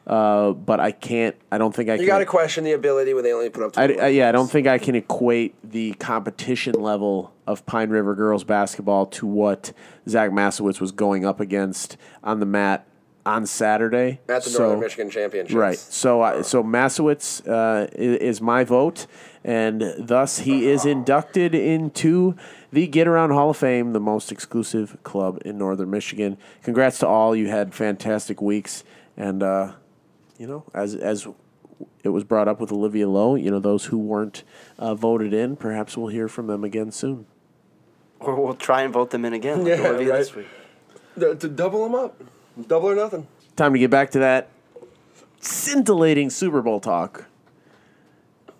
Speaker 1: Uh, but I can't. I don't think I.
Speaker 3: You
Speaker 1: can,
Speaker 3: got to question the ability when they only put up two.
Speaker 1: I, I- yeah, I don't think I can equate the competition level of Pine River girls basketball to what Zach Masowitz was going up against on the mat on Saturday.
Speaker 3: at the
Speaker 1: So-
Speaker 3: Northern Michigan Championships.
Speaker 1: Right. So, I so Masowitz uh, i- is my vote, and thus he is inducted into the Get Around Hall of Fame, the most exclusive club in Northern Michigan. Congrats to all. You had fantastic weeks. And, uh, you know, as, as it was brought up with Olivia Lowe, you know, those who weren't uh, voted in, perhaps we'll hear from them again soon.
Speaker 2: Or we'll try and vote them in again. Like
Speaker 3: Yeah,
Speaker 2: Olivia
Speaker 3: right.
Speaker 2: this week.
Speaker 3: To, to double them up, double or nothing.
Speaker 1: Time to get back to that scintillating Super Bowl talk.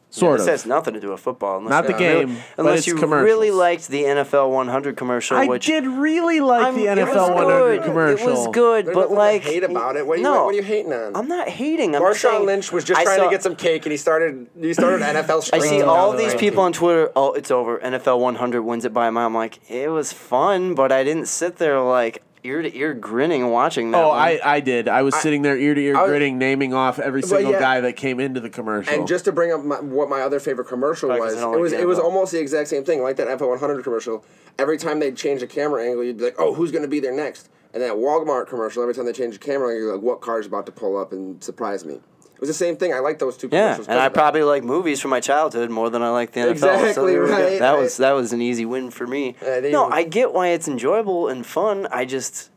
Speaker 1: Sort
Speaker 2: This
Speaker 1: of.
Speaker 2: has nothing to do with football. Unless
Speaker 1: Not the
Speaker 2: you really-
Speaker 1: game, but
Speaker 2: unless
Speaker 1: it's
Speaker 2: you
Speaker 1: commercials.
Speaker 2: really liked the NFL 100 commercial,
Speaker 1: I
Speaker 2: which
Speaker 1: did really like
Speaker 2: I'm-
Speaker 1: the
Speaker 2: it was
Speaker 1: NFL 100
Speaker 2: good.
Speaker 1: commercial.
Speaker 2: It was good,
Speaker 3: There's
Speaker 2: but
Speaker 3: nothing to
Speaker 2: like
Speaker 3: hate about it. What are you- what are you hating on?
Speaker 2: I'm not hating. I'm just
Speaker 3: Marshawn
Speaker 2: saying-
Speaker 3: Lynch was just
Speaker 2: I
Speaker 3: trying
Speaker 2: saw-
Speaker 3: to get some cake, and he started. He started NFL.
Speaker 2: I see
Speaker 3: streaming
Speaker 2: all
Speaker 3: down the
Speaker 2: these
Speaker 3: lane.
Speaker 2: people on Twitter. Oh, it's over. NFL 100 wins it by a mile. I'm like, it was fun, but I didn't sit there like ear to ear grinning and watching that.
Speaker 1: Oh,
Speaker 2: one.
Speaker 1: I, I did. I was sitting there ear to ear
Speaker 3: I was-
Speaker 1: gritting, naming off every single
Speaker 3: yeah.
Speaker 1: guy that came into the commercial.
Speaker 3: And just to bring up my, what my other favorite commercial
Speaker 2: Right, 'cause
Speaker 3: was,
Speaker 2: I
Speaker 3: it
Speaker 2: don't like
Speaker 3: was
Speaker 2: the
Speaker 3: it was
Speaker 2: NFL.
Speaker 3: almost the exact same thing, like that FO 100 commercial. Every time they change a camera angle, you'd be like, "Oh, who's going to be there next?" And then at Walmart commercial, every time they change a camera angle, you're like, "What car's about to pull up and surprise me?" It was the same thing. I like those two
Speaker 2: Yeah,
Speaker 3: commercials.
Speaker 2: and
Speaker 3: 'cause
Speaker 2: I
Speaker 3: of that.
Speaker 2: probably like movies from my childhood more than I like the NFL. so
Speaker 3: Exactly
Speaker 2: there we go.
Speaker 3: right,
Speaker 2: That
Speaker 3: right.
Speaker 2: was that was an easy win for me.
Speaker 3: Yeah, they
Speaker 2: no,
Speaker 3: were-
Speaker 2: I get why it's enjoyable and fun. I just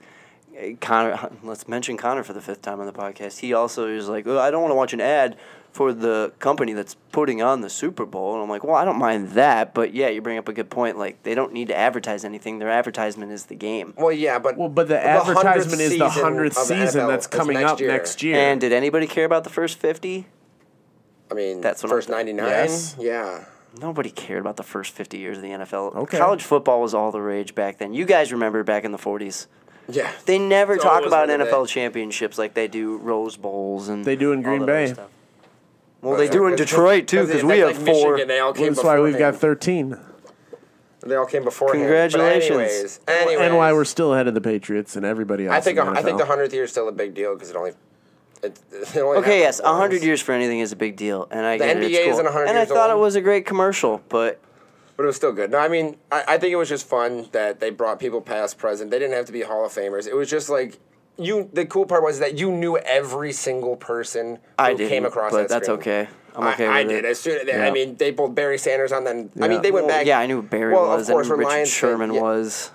Speaker 2: eh, Connor. Let's mention Connor for the fifth time on the podcast. He also is like, "Oh, I don't want to watch an ad for the company that's putting on the Super Bowl, and I'm like, well, I don't mind that, but yeah, you bring up a good point. Like they don't need to advertise anything. Their advertisement is the game.
Speaker 3: Well, yeah, but
Speaker 1: well, but the
Speaker 3: 100th
Speaker 1: advertisement is the
Speaker 3: season
Speaker 1: 100th
Speaker 3: of the
Speaker 1: season
Speaker 3: NFL
Speaker 1: that's
Speaker 3: is
Speaker 1: coming up next year.
Speaker 2: And did anybody care about the first fifty?
Speaker 3: I mean,
Speaker 2: That's
Speaker 3: that's
Speaker 2: what
Speaker 3: first
Speaker 2: I'm-
Speaker 3: ninety nine.
Speaker 1: Yes.
Speaker 3: Yeah.
Speaker 2: Nobody cared about the first 50 years of the NFL.
Speaker 1: Okay.
Speaker 2: College football was all the rage back then. You guys remember back in the 40s.
Speaker 3: Yeah.
Speaker 2: They never
Speaker 3: It's
Speaker 2: talk
Speaker 3: always
Speaker 2: about
Speaker 3: been a
Speaker 2: NFL
Speaker 3: day.
Speaker 2: championships like they do Rose Bowls and
Speaker 1: They do in
Speaker 2: all
Speaker 1: Green
Speaker 2: that other
Speaker 1: Bay.
Speaker 2: stuff. Well, they do in
Speaker 3: Because-
Speaker 2: Detroit too because we
Speaker 3: that's
Speaker 2: have
Speaker 3: like
Speaker 2: four.
Speaker 3: Michigan, they all came
Speaker 1: that's why we've got
Speaker 3: beforehand.
Speaker 1: 13.
Speaker 3: They all came beforehand.
Speaker 2: Congratulations.
Speaker 3: But anyways, anyways,
Speaker 1: And why we're still ahead of the Patriots and everybody else.
Speaker 3: I think
Speaker 1: in
Speaker 3: I think
Speaker 1: NFL.
Speaker 3: the hundredth year is still a big deal because it only. It, it only
Speaker 2: Okay, yes,
Speaker 3: happens once.
Speaker 2: 100 years for anything is a big deal, and I
Speaker 3: The
Speaker 2: get it, it's
Speaker 3: NBA
Speaker 2: cool.
Speaker 3: isn't 100
Speaker 2: And I
Speaker 3: years
Speaker 2: thought
Speaker 3: old.
Speaker 2: it was a great commercial, but
Speaker 3: But it was still good. No, I mean, I, I think it was just fun that they brought people past, present. They didn't have to be Hall of Famers. It was just like you. The cool part was that you knew every single person who
Speaker 2: I didn't.
Speaker 3: came across.
Speaker 2: but
Speaker 3: that
Speaker 2: that's
Speaker 3: screen.
Speaker 2: okay. I'm
Speaker 3: I-
Speaker 2: okay
Speaker 3: I,
Speaker 2: with
Speaker 3: did.
Speaker 2: it.
Speaker 3: As soon as they,
Speaker 1: Yeah.
Speaker 3: I mean, they pulled Barry Sanders on. Then I
Speaker 1: Yeah.
Speaker 3: mean, they went
Speaker 2: Well,
Speaker 3: back.
Speaker 2: yeah, I knew Barry
Speaker 3: well,
Speaker 2: was.
Speaker 3: Of course,
Speaker 2: I knew
Speaker 3: when
Speaker 2: Richard
Speaker 3: Lions played-
Speaker 2: Sherman
Speaker 3: yeah.
Speaker 2: was.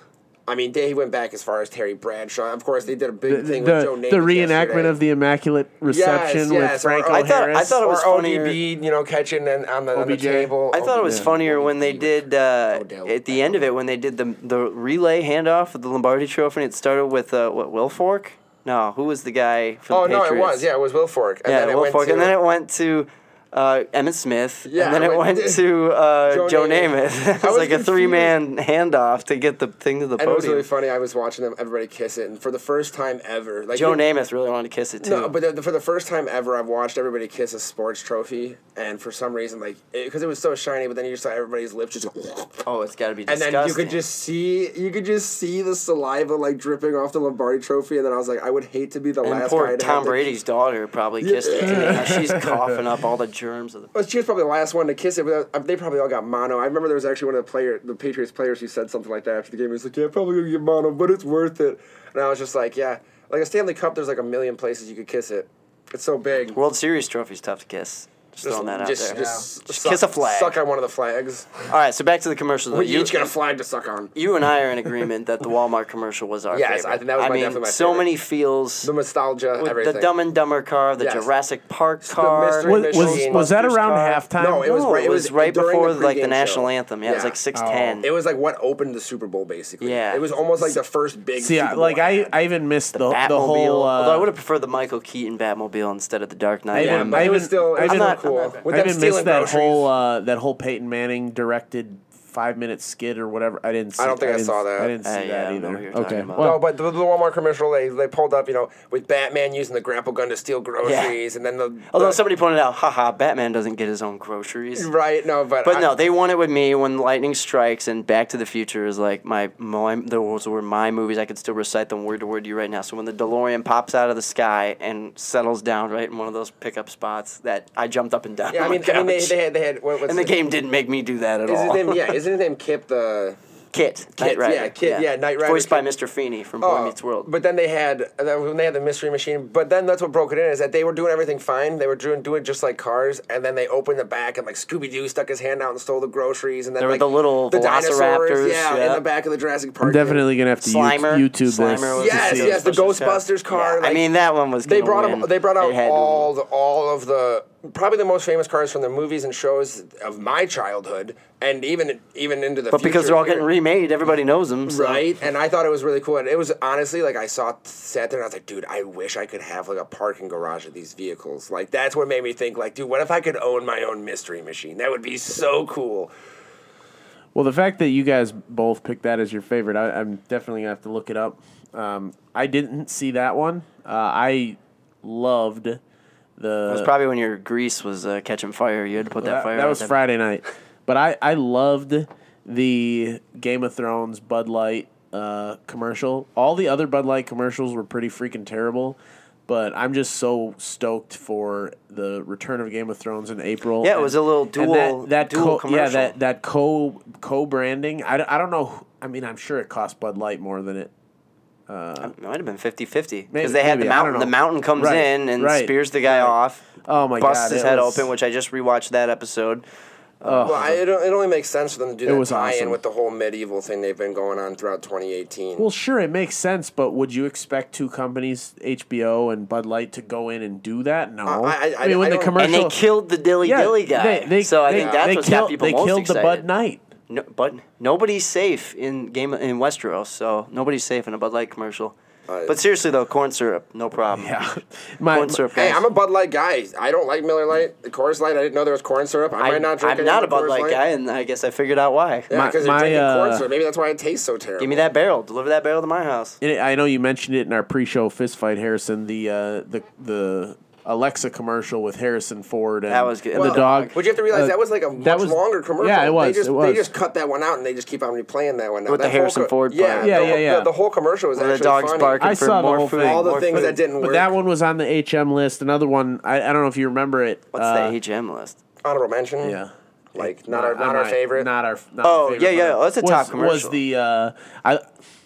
Speaker 3: I mean, they went back as far as Terry Bradshaw. Of course, they did a big
Speaker 1: The,
Speaker 3: thing with Joe
Speaker 1: the,
Speaker 3: Namath
Speaker 1: the reenactment
Speaker 3: yesterday.
Speaker 1: of the Immaculate Reception with
Speaker 3: yes, or-
Speaker 1: Franco
Speaker 3: I
Speaker 2: thought- I
Speaker 1: Harris.
Speaker 2: thought it was
Speaker 3: or
Speaker 2: funnier-
Speaker 3: ODB, you know, catching and on the, on the
Speaker 1: OBJ.
Speaker 3: table.
Speaker 2: I thought it was
Speaker 3: OBJ.
Speaker 2: funnier when they did uh,
Speaker 3: Odell.
Speaker 2: at the end of it when they did the the relay handoff of the Lombardi Trophy. and It started with uh, what Will Fork? No, who was the guy for
Speaker 3: Oh
Speaker 2: the Patriots?
Speaker 3: no, it was yeah, it was Will Fork. And
Speaker 2: yeah,
Speaker 3: then it
Speaker 2: Will
Speaker 3: went
Speaker 2: Fork,
Speaker 3: to,
Speaker 2: and then it went to uh, Emmett Smith,
Speaker 3: Yeah,
Speaker 2: and then
Speaker 3: it
Speaker 2: it went
Speaker 3: went-
Speaker 2: to uh, Joe,
Speaker 3: Joe
Speaker 2: Namath.
Speaker 3: Namath.
Speaker 2: it was,
Speaker 3: I was
Speaker 2: like a three man handoff to get the thing to the
Speaker 3: And it was
Speaker 2: podium.
Speaker 3: really funny. I was watching them, everybody kiss it, and for the first time ever, like
Speaker 2: Joe
Speaker 3: you-
Speaker 2: Namath really wanted to kiss it too.
Speaker 3: No, but the, the- for the first time ever, I've watched everybody kiss a sports trophy, and for some reason, like because it, was so shiny, but then you just saw everybody's lips just, go,
Speaker 2: oh, it's got to be
Speaker 3: and
Speaker 2: disgusting.
Speaker 3: then you could just see you could just see the saliva like dripping off the Lombardi trophy, and then I was like, I would hate to be the
Speaker 2: and
Speaker 3: last
Speaker 2: poor
Speaker 3: guy to
Speaker 2: Tom
Speaker 3: have to-
Speaker 2: Brady's daughter probably kissed it. too. Now She's coughing up all the germs of the.
Speaker 3: Well, she was probably the last one to kiss it, but uh, they probably all got mono. I remember there was actually one of the player, the Patriots players, who said something like that after the game. He was like, "Yeah, probably gonna get mono, but it's worth it." And I was just like, "Yeah, like a Stanley Cup, there's like a million places you could kiss it. It's so big."
Speaker 2: World Series trophy's tough to kiss. Just, throwing that out
Speaker 3: just,
Speaker 2: there.
Speaker 3: Just,
Speaker 2: Just
Speaker 3: suck-
Speaker 2: kiss a flag.
Speaker 3: Suck on one of the flags.
Speaker 2: All right, so back to the commercial. though.
Speaker 3: We
Speaker 2: You,
Speaker 3: each got a flag to suck on.
Speaker 2: you and I are in agreement that the Walmart commercial was our
Speaker 3: Yes,
Speaker 2: favorite.
Speaker 3: I think that was my-
Speaker 2: mean,
Speaker 3: definitely my
Speaker 2: so
Speaker 3: favorite.
Speaker 2: many feels.
Speaker 3: The nostalgia,
Speaker 2: with
Speaker 3: everything.
Speaker 2: the Dumb and Dumber car, the
Speaker 3: Yes.
Speaker 2: Jurassic Park car.
Speaker 3: mystery
Speaker 1: was, was,
Speaker 3: Machine.
Speaker 1: was that
Speaker 2: Ghostbusters
Speaker 1: around
Speaker 2: car.
Speaker 1: halftime?
Speaker 3: No, it was
Speaker 2: No,
Speaker 3: right.
Speaker 2: it was right
Speaker 3: during
Speaker 2: before like the
Speaker 3: pregame
Speaker 2: national
Speaker 3: show.
Speaker 2: anthem. Yeah, it was like 6:10.
Speaker 1: Oh.
Speaker 3: It was like what opened the Super Bowl, basically.
Speaker 2: Yeah.
Speaker 3: it was almost like the first big.
Speaker 1: See,
Speaker 3: Super
Speaker 1: I,
Speaker 3: Bowl
Speaker 1: like I,
Speaker 3: ad.
Speaker 1: I even missed the,
Speaker 2: Batmobile.
Speaker 1: the whole. Uh,
Speaker 2: Although I would have preferred the Michael Keaton Batmobile instead of the Dark Knight.
Speaker 1: Yeah,
Speaker 3: yeah,
Speaker 2: one.
Speaker 1: I
Speaker 3: but it was
Speaker 1: even-
Speaker 3: still,
Speaker 1: I
Speaker 3: it was
Speaker 1: even-
Speaker 3: still cool. With
Speaker 1: I
Speaker 3: them
Speaker 1: didn't miss
Speaker 3: stealing
Speaker 1: that
Speaker 3: groceries.
Speaker 1: whole uh, that whole Peyton Manning directed five minute skit or whatever. I didn't. See,
Speaker 3: don't think I
Speaker 1: didn't-
Speaker 3: saw that.
Speaker 1: I didn't see
Speaker 2: Uh, yeah, I
Speaker 1: that
Speaker 2: don't know
Speaker 1: either.
Speaker 2: what you're talking
Speaker 1: okay,
Speaker 2: about.
Speaker 1: well,
Speaker 3: No, but the, the Walmart commercial, they, they pulled up, you know, with Batman using the grapple gun to steal groceries, and then the
Speaker 2: Although
Speaker 3: the-
Speaker 2: somebody pointed out, haha, Batman doesn't get his own groceries.
Speaker 3: right? No, but
Speaker 2: But
Speaker 3: I-
Speaker 2: no, they won it with me when lightning strikes and Back to the Future is like my my those were my movies. I could still recite them word to word to you right now. So when the DeLorean pops out of the sky and settles down right in one of those pickup spots, that I jumped up and down.
Speaker 3: yeah, I
Speaker 2: on
Speaker 3: mean,
Speaker 2: my
Speaker 3: I mean, they,
Speaker 2: couch.
Speaker 3: they had they had what, what's
Speaker 2: and the
Speaker 3: it-
Speaker 2: game didn't make me do that at
Speaker 3: Is his
Speaker 2: all.
Speaker 3: name? Yeah, isn't his name Kip the
Speaker 2: Kit, Knight
Speaker 3: Kit,
Speaker 2: Rider.
Speaker 3: yeah, Kit, yeah, Knight Rider,
Speaker 2: Voiced by
Speaker 3: Kit.
Speaker 2: Mr. Feeney from
Speaker 3: Oh,
Speaker 2: Boy Meets World.
Speaker 3: But then they had and then when they had the Mystery Machine. But then that's what broke it in is that they were doing everything fine. They were doing doing just like cars, and then they opened the back and like Scooby Doo stuck his hand out and stole the groceries, and then
Speaker 2: There were
Speaker 3: like,
Speaker 2: the little
Speaker 3: dinosaurs,
Speaker 2: velociraptors,
Speaker 3: yeah,
Speaker 2: yeah.
Speaker 3: in the back of the Jurassic Park.
Speaker 1: I'm definitely gonna have to
Speaker 2: Slimer.
Speaker 1: you- YouTube
Speaker 2: Slimer was
Speaker 1: this.
Speaker 2: a
Speaker 3: Yes,
Speaker 2: Seal
Speaker 3: yes, the
Speaker 2: special
Speaker 3: Ghostbusters car.
Speaker 2: I
Speaker 3: like,
Speaker 2: mean, that one was.
Speaker 3: they
Speaker 2: gonna
Speaker 3: brought
Speaker 2: win.
Speaker 3: them. They brought out
Speaker 2: It had to
Speaker 3: all
Speaker 2: win.
Speaker 3: the, all of the probably the most famous cars from the movies and shows of my childhood, and even even into the.
Speaker 2: But because
Speaker 3: future
Speaker 2: they're all
Speaker 3: here.
Speaker 2: getting remade, everybody knows them. So.
Speaker 3: Right, and I thought it was really cool. And it was honestly like I saw, sat there, and I was like, dude, I wish I could have like a parking garage of these vehicles. Like that's what made me think, like, dude, what if I could own my own mystery machine? That would be so cool.
Speaker 1: Well, the fact that you guys both picked that as your favorite, I, I'm definitely gonna have to look it up. Um, I didn't see that one. Uh, I loved the.
Speaker 2: It was probably when your grease was uh, catching fire. You had to put that,
Speaker 1: Uh, that,
Speaker 2: fire.
Speaker 1: that
Speaker 2: out
Speaker 1: was
Speaker 2: there.
Speaker 1: Friday night. But I, I loved the Game of Thrones Bud Light uh, commercial. All the other Bud Light commercials were pretty freaking terrible. But I'm just so stoked for the return of Game of Thrones in April.
Speaker 2: Yeah, it was a little
Speaker 1: and
Speaker 2: dual- dual
Speaker 1: co- Yeah,
Speaker 2: commercial.
Speaker 1: that, that co co branding. I, don't- I don't know. who- I mean, I'm sure it cost Bud Light more than it
Speaker 2: It might have been 50-50.
Speaker 1: Maybe-
Speaker 2: because they had
Speaker 1: maybe,
Speaker 2: the
Speaker 1: I don't
Speaker 2: mountain. The
Speaker 1: know.
Speaker 2: mountain comes
Speaker 1: Right,
Speaker 2: in and
Speaker 1: right,
Speaker 2: spears the guy
Speaker 1: right.
Speaker 2: off.
Speaker 1: Oh my
Speaker 2: busts
Speaker 1: God,
Speaker 2: his
Speaker 1: it
Speaker 2: head
Speaker 1: was-
Speaker 2: open, which I just rewatched that episode.
Speaker 3: Well, I, it, it only makes sense for them to do that
Speaker 1: was
Speaker 3: tie-in
Speaker 1: awesome.
Speaker 3: with the whole medieval thing they've been going on throughout 2018.
Speaker 1: Well, sure, it makes sense, but would you expect two companies, HBO and Bud Light, to go in and do that? No.
Speaker 3: I- I- I- I
Speaker 1: the
Speaker 3: don't-
Speaker 1: commercial,
Speaker 2: And they killed the dilly dilly guy.
Speaker 1: They, they,
Speaker 2: so I
Speaker 1: they-
Speaker 2: think that's
Speaker 1: they
Speaker 2: what
Speaker 1: killed,
Speaker 2: got people
Speaker 1: They
Speaker 2: most
Speaker 1: killed
Speaker 2: excited.
Speaker 1: the Bud Knight.
Speaker 2: No, but nobody's safe in game in Westeros, so nobody's safe in a Bud Light commercial.
Speaker 3: Uh,
Speaker 2: but seriously though, corn syrup, no problem.
Speaker 1: Yeah, my,
Speaker 2: corn syrup.
Speaker 3: hey,
Speaker 2: guys.
Speaker 3: I'm a Bud Light guy. I don't like Miller Light, the Coors Light. I didn't know there was corn syrup. I, might not drink.
Speaker 2: I'm
Speaker 3: any
Speaker 2: not a
Speaker 3: of the
Speaker 2: Bud
Speaker 3: Coors
Speaker 2: Light guy, and I guess I figured out why.
Speaker 3: Yeah,
Speaker 1: My-
Speaker 3: because they're
Speaker 1: my,
Speaker 3: drinking corn
Speaker 1: uh,
Speaker 3: syrup. Maybe that's why it tastes so terrible.
Speaker 2: Give me that barrel. Deliver that barrel to my house.
Speaker 1: And it- I know you mentioned it in our pre-show fistfight, Harrison. The uh, the the Alexa commercial with Harrison Ford and
Speaker 2: That was good.
Speaker 1: and
Speaker 2: Well,
Speaker 1: the dog.
Speaker 3: But you have to realize
Speaker 1: Uh,
Speaker 3: that was like a
Speaker 1: that
Speaker 3: much
Speaker 1: was-
Speaker 3: longer commercial.
Speaker 1: yeah, it was,
Speaker 3: They just,
Speaker 1: it was.
Speaker 3: They just cut that one out and they just keep on replaying that one. Now.
Speaker 2: With the
Speaker 3: That whole
Speaker 2: Harrison Ford
Speaker 3: Yeah,
Speaker 2: part.
Speaker 1: Yeah,
Speaker 3: the,
Speaker 1: yeah, yeah.
Speaker 3: The, the whole commercial was
Speaker 2: Where
Speaker 3: actually
Speaker 2: the dog's
Speaker 3: funny.
Speaker 2: barking
Speaker 1: I
Speaker 2: for
Speaker 1: saw the
Speaker 2: more
Speaker 1: whole
Speaker 2: food.
Speaker 1: thing.
Speaker 3: All the
Speaker 2: more
Speaker 3: things
Speaker 2: food.
Speaker 3: that didn't
Speaker 1: But
Speaker 3: work.
Speaker 1: that one was on the HM list. Another one, I, I don't know if you remember it.
Speaker 2: What's
Speaker 1: uh,
Speaker 2: the HM list?
Speaker 3: honorable mention.
Speaker 1: Yeah.
Speaker 3: like not our
Speaker 1: Uh, I
Speaker 3: not our
Speaker 1: might-
Speaker 3: favorite.
Speaker 1: Not our. Not
Speaker 2: Oh,
Speaker 1: our favorite,
Speaker 2: yeah, yeah,
Speaker 1: but
Speaker 2: oh, that's a
Speaker 1: was-
Speaker 2: top commercial.
Speaker 1: Was the uh, I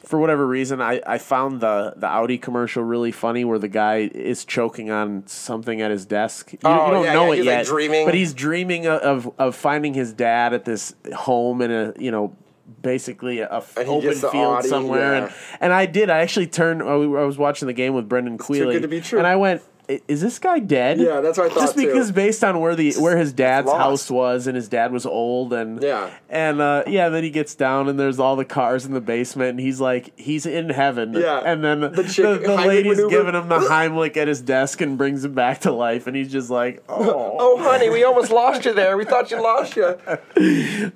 Speaker 1: for whatever reason I, I found the the Audi commercial really funny where the guy is choking on something at his desk. You,
Speaker 3: Oh,
Speaker 1: you don't
Speaker 3: yeah,
Speaker 1: know
Speaker 3: yeah,
Speaker 1: it
Speaker 3: he's, like,
Speaker 1: yet,
Speaker 3: dreaming.
Speaker 1: but he's dreaming o- of of finding his dad at this home in a you know. Basically, a f-
Speaker 3: And he
Speaker 1: open
Speaker 3: gets the
Speaker 1: field
Speaker 3: Audi,
Speaker 1: somewhere,
Speaker 3: yeah.
Speaker 1: and and I did. I actually turned. I w- I was watching the game with Brendan Quealy,
Speaker 3: too good to be true.
Speaker 1: and I went, "I- "Is this guy dead?"
Speaker 3: Yeah, that's what I
Speaker 1: Just
Speaker 3: thought, too.
Speaker 1: because based on where the where his dad's
Speaker 2: lost.
Speaker 1: house was and his dad was old and
Speaker 3: Yeah.
Speaker 1: and uh, yeah then he gets down and there's all the cars in the basement and he's like he's in heaven
Speaker 3: Yeah.
Speaker 1: and then the,
Speaker 3: chick-
Speaker 1: the,
Speaker 3: Heimlich
Speaker 1: lady's
Speaker 3: maneuver.
Speaker 1: giving him the Heimlich at his desk and brings him back to life and he's just like oh,
Speaker 3: Oh honey, we almost lost you there. We thought you lost you.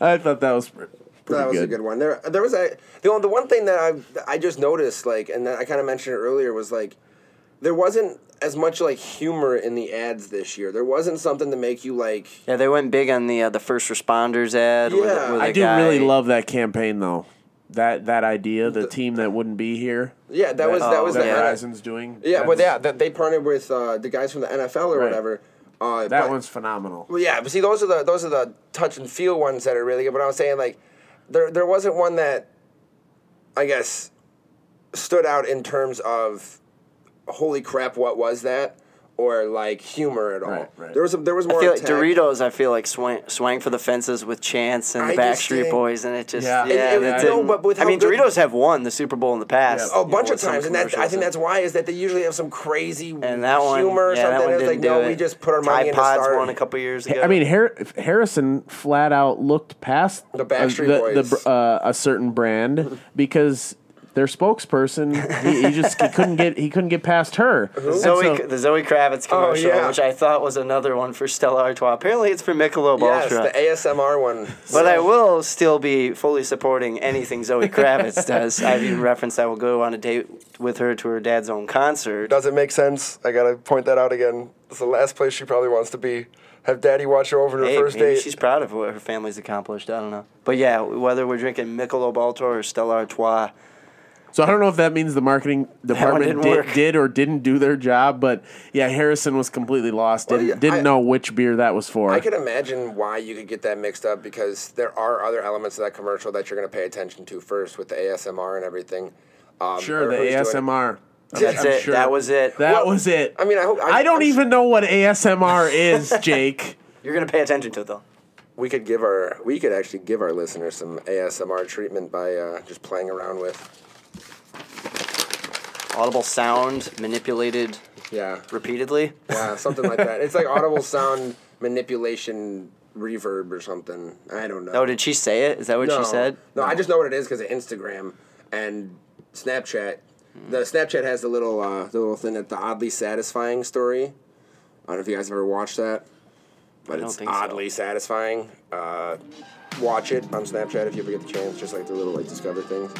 Speaker 1: I thought that was pretty,
Speaker 3: that was
Speaker 1: good.
Speaker 3: a good one. There, there was a the only, the one thing that I that I just noticed like, and that I kind of mentioned it earlier was like, there wasn't as much like humor in the ads this year. There wasn't something to make you like.
Speaker 2: Yeah, they went big on the uh, the first responders ad. with-
Speaker 3: Yeah.
Speaker 2: with
Speaker 1: I
Speaker 2: the
Speaker 1: do
Speaker 2: guy.
Speaker 1: really love that campaign though that that idea the, team that wouldn't be here
Speaker 3: Yeah, that, was that was
Speaker 1: that
Speaker 3: the ad.
Speaker 1: Horizon's doing
Speaker 3: Yeah, but
Speaker 1: That's-
Speaker 3: yeah, that they partnered with uh, the guys from the NFL or
Speaker 1: Right.
Speaker 3: whatever. Uh,
Speaker 1: that
Speaker 3: but,
Speaker 1: one's phenomenal
Speaker 3: Well, yeah, but see, those are the those are the touch and feel ones that are really good. But I was saying like, there there wasn't one that, I guess, stood out in terms of, holy crap, what was that? Or like humor at all.
Speaker 1: Right, right.
Speaker 3: There was a, there was
Speaker 2: I
Speaker 3: more.
Speaker 2: feel like
Speaker 3: attack.
Speaker 2: Doritos. I feel like swang, swang for the fences with Chance and the
Speaker 3: I just
Speaker 2: Backstreet
Speaker 3: think-
Speaker 2: Boys, and it just
Speaker 1: Yeah.
Speaker 2: yeah.
Speaker 1: And- and
Speaker 2: that
Speaker 1: you know,
Speaker 2: didn't-
Speaker 3: but with
Speaker 2: I
Speaker 3: how
Speaker 2: mean,
Speaker 3: good-
Speaker 2: Doritos have won the Super Bowl in the past.
Speaker 1: Yeah.
Speaker 3: A
Speaker 2: you
Speaker 3: bunch
Speaker 2: know,
Speaker 3: of
Speaker 2: with some
Speaker 3: times, and that I
Speaker 2: commercials
Speaker 3: think that's why is that they usually have some crazy
Speaker 2: and that one
Speaker 3: humor or
Speaker 2: yeah, that
Speaker 3: something.
Speaker 2: one
Speaker 3: it's
Speaker 2: didn't
Speaker 3: like
Speaker 2: do
Speaker 3: no,
Speaker 2: it.
Speaker 3: we just put our money
Speaker 2: Tide
Speaker 3: in the
Speaker 2: Pods
Speaker 3: star.
Speaker 2: won a couple years ago.
Speaker 1: I mean, Har- Harrison flat out looked past
Speaker 3: The Backstreet
Speaker 1: uh, the,
Speaker 3: Boys.
Speaker 1: the br- uh, a certain brand because their spokesperson he, he just he couldn't get he couldn't get past her. And
Speaker 2: Zoe,
Speaker 1: so-
Speaker 2: the Zoe Kravitz commercial,
Speaker 3: Oh, yeah.
Speaker 2: which I thought was another one for Stella Artois. Apparently, it's for Michelob
Speaker 3: Yes,
Speaker 2: Ultra.
Speaker 3: the ASMR one.
Speaker 2: but I will still be fully supporting anything Zoe Kravitz does. I've even referenced I will go on a date with her to her dad's own concert.
Speaker 3: Does it make sense? I gotta point that out again. It's the last place she probably wants to be. Have daddy watch her over to
Speaker 2: Hey,
Speaker 3: her first
Speaker 2: maybe
Speaker 3: date.
Speaker 2: she's proud of what her family's accomplished. I don't know. But yeah, whether we're drinking Michelob Ultra or Stella Artois,
Speaker 1: So I don't know if that means the marketing department
Speaker 2: didn't
Speaker 1: did,
Speaker 2: work.
Speaker 1: did or didn't do their job, but yeah, Harrison was completely lost. Didn't,
Speaker 3: yeah,
Speaker 1: didn't
Speaker 3: I-
Speaker 1: know which beer that was for.
Speaker 3: I can imagine why you could get that mixed up because there are other elements of that commercial that you're going to pay attention to first with the ASMR and everything. Um,
Speaker 1: sure,
Speaker 3: or
Speaker 1: the
Speaker 3: who's doing it.
Speaker 1: ASMR.
Speaker 2: That's it. That was it.
Speaker 1: That
Speaker 3: Well,
Speaker 1: was it.
Speaker 3: I mean, I hope- I-
Speaker 1: don't
Speaker 3: I'm-
Speaker 1: even know what ASMR is, Jake.
Speaker 2: You're gonna pay attention to it though.
Speaker 3: We could give our we could actually give our listeners some ASMR treatment by uh, just playing around with
Speaker 2: Audible sound manipulated
Speaker 3: yeah
Speaker 2: repeatedly.
Speaker 3: yeah something like that. It's like audible sound manipulation reverb or something. I don't know.
Speaker 2: Oh, did she say it? Is that what
Speaker 3: no,
Speaker 2: she said?
Speaker 3: No, I just know what it is because of Instagram and Snapchat. The Snapchat has the little uh, the little thing that the oddly satisfying story. I don't know if you guys ever watched that, but
Speaker 2: don't
Speaker 3: it's
Speaker 2: think so.
Speaker 3: oddly satisfying. Uh, watch it on Snapchat if you ever get the chance. Just like the little like discover things,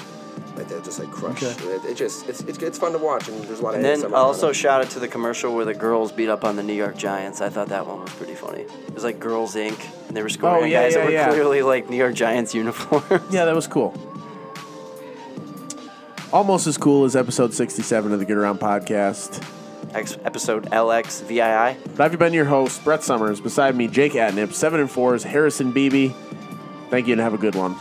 Speaker 3: like they'll just like crush. It, it just it's, it's it's fun to watch and there's a lot of.
Speaker 2: And then
Speaker 3: ASMR
Speaker 2: I
Speaker 3: on
Speaker 2: also
Speaker 3: it.
Speaker 2: shout out to the commercial where the girls beat up on the New York Giants. I thought that one was pretty funny. It was like Girls Inc. and they were scoring
Speaker 1: Oh,
Speaker 2: on
Speaker 1: yeah,
Speaker 2: guys
Speaker 1: yeah,
Speaker 2: that were
Speaker 1: yeah.
Speaker 2: clearly like New York Giants uniforms.
Speaker 1: Yeah, that was cool. Almost as cool as episode 67 of the Get Around podcast.
Speaker 2: Ex- episode LXVII.
Speaker 1: But I've been your host, Brett Summers. Beside me, Jake Atnip. Seven and four is Harrison Beebe. Thank you and have a good one.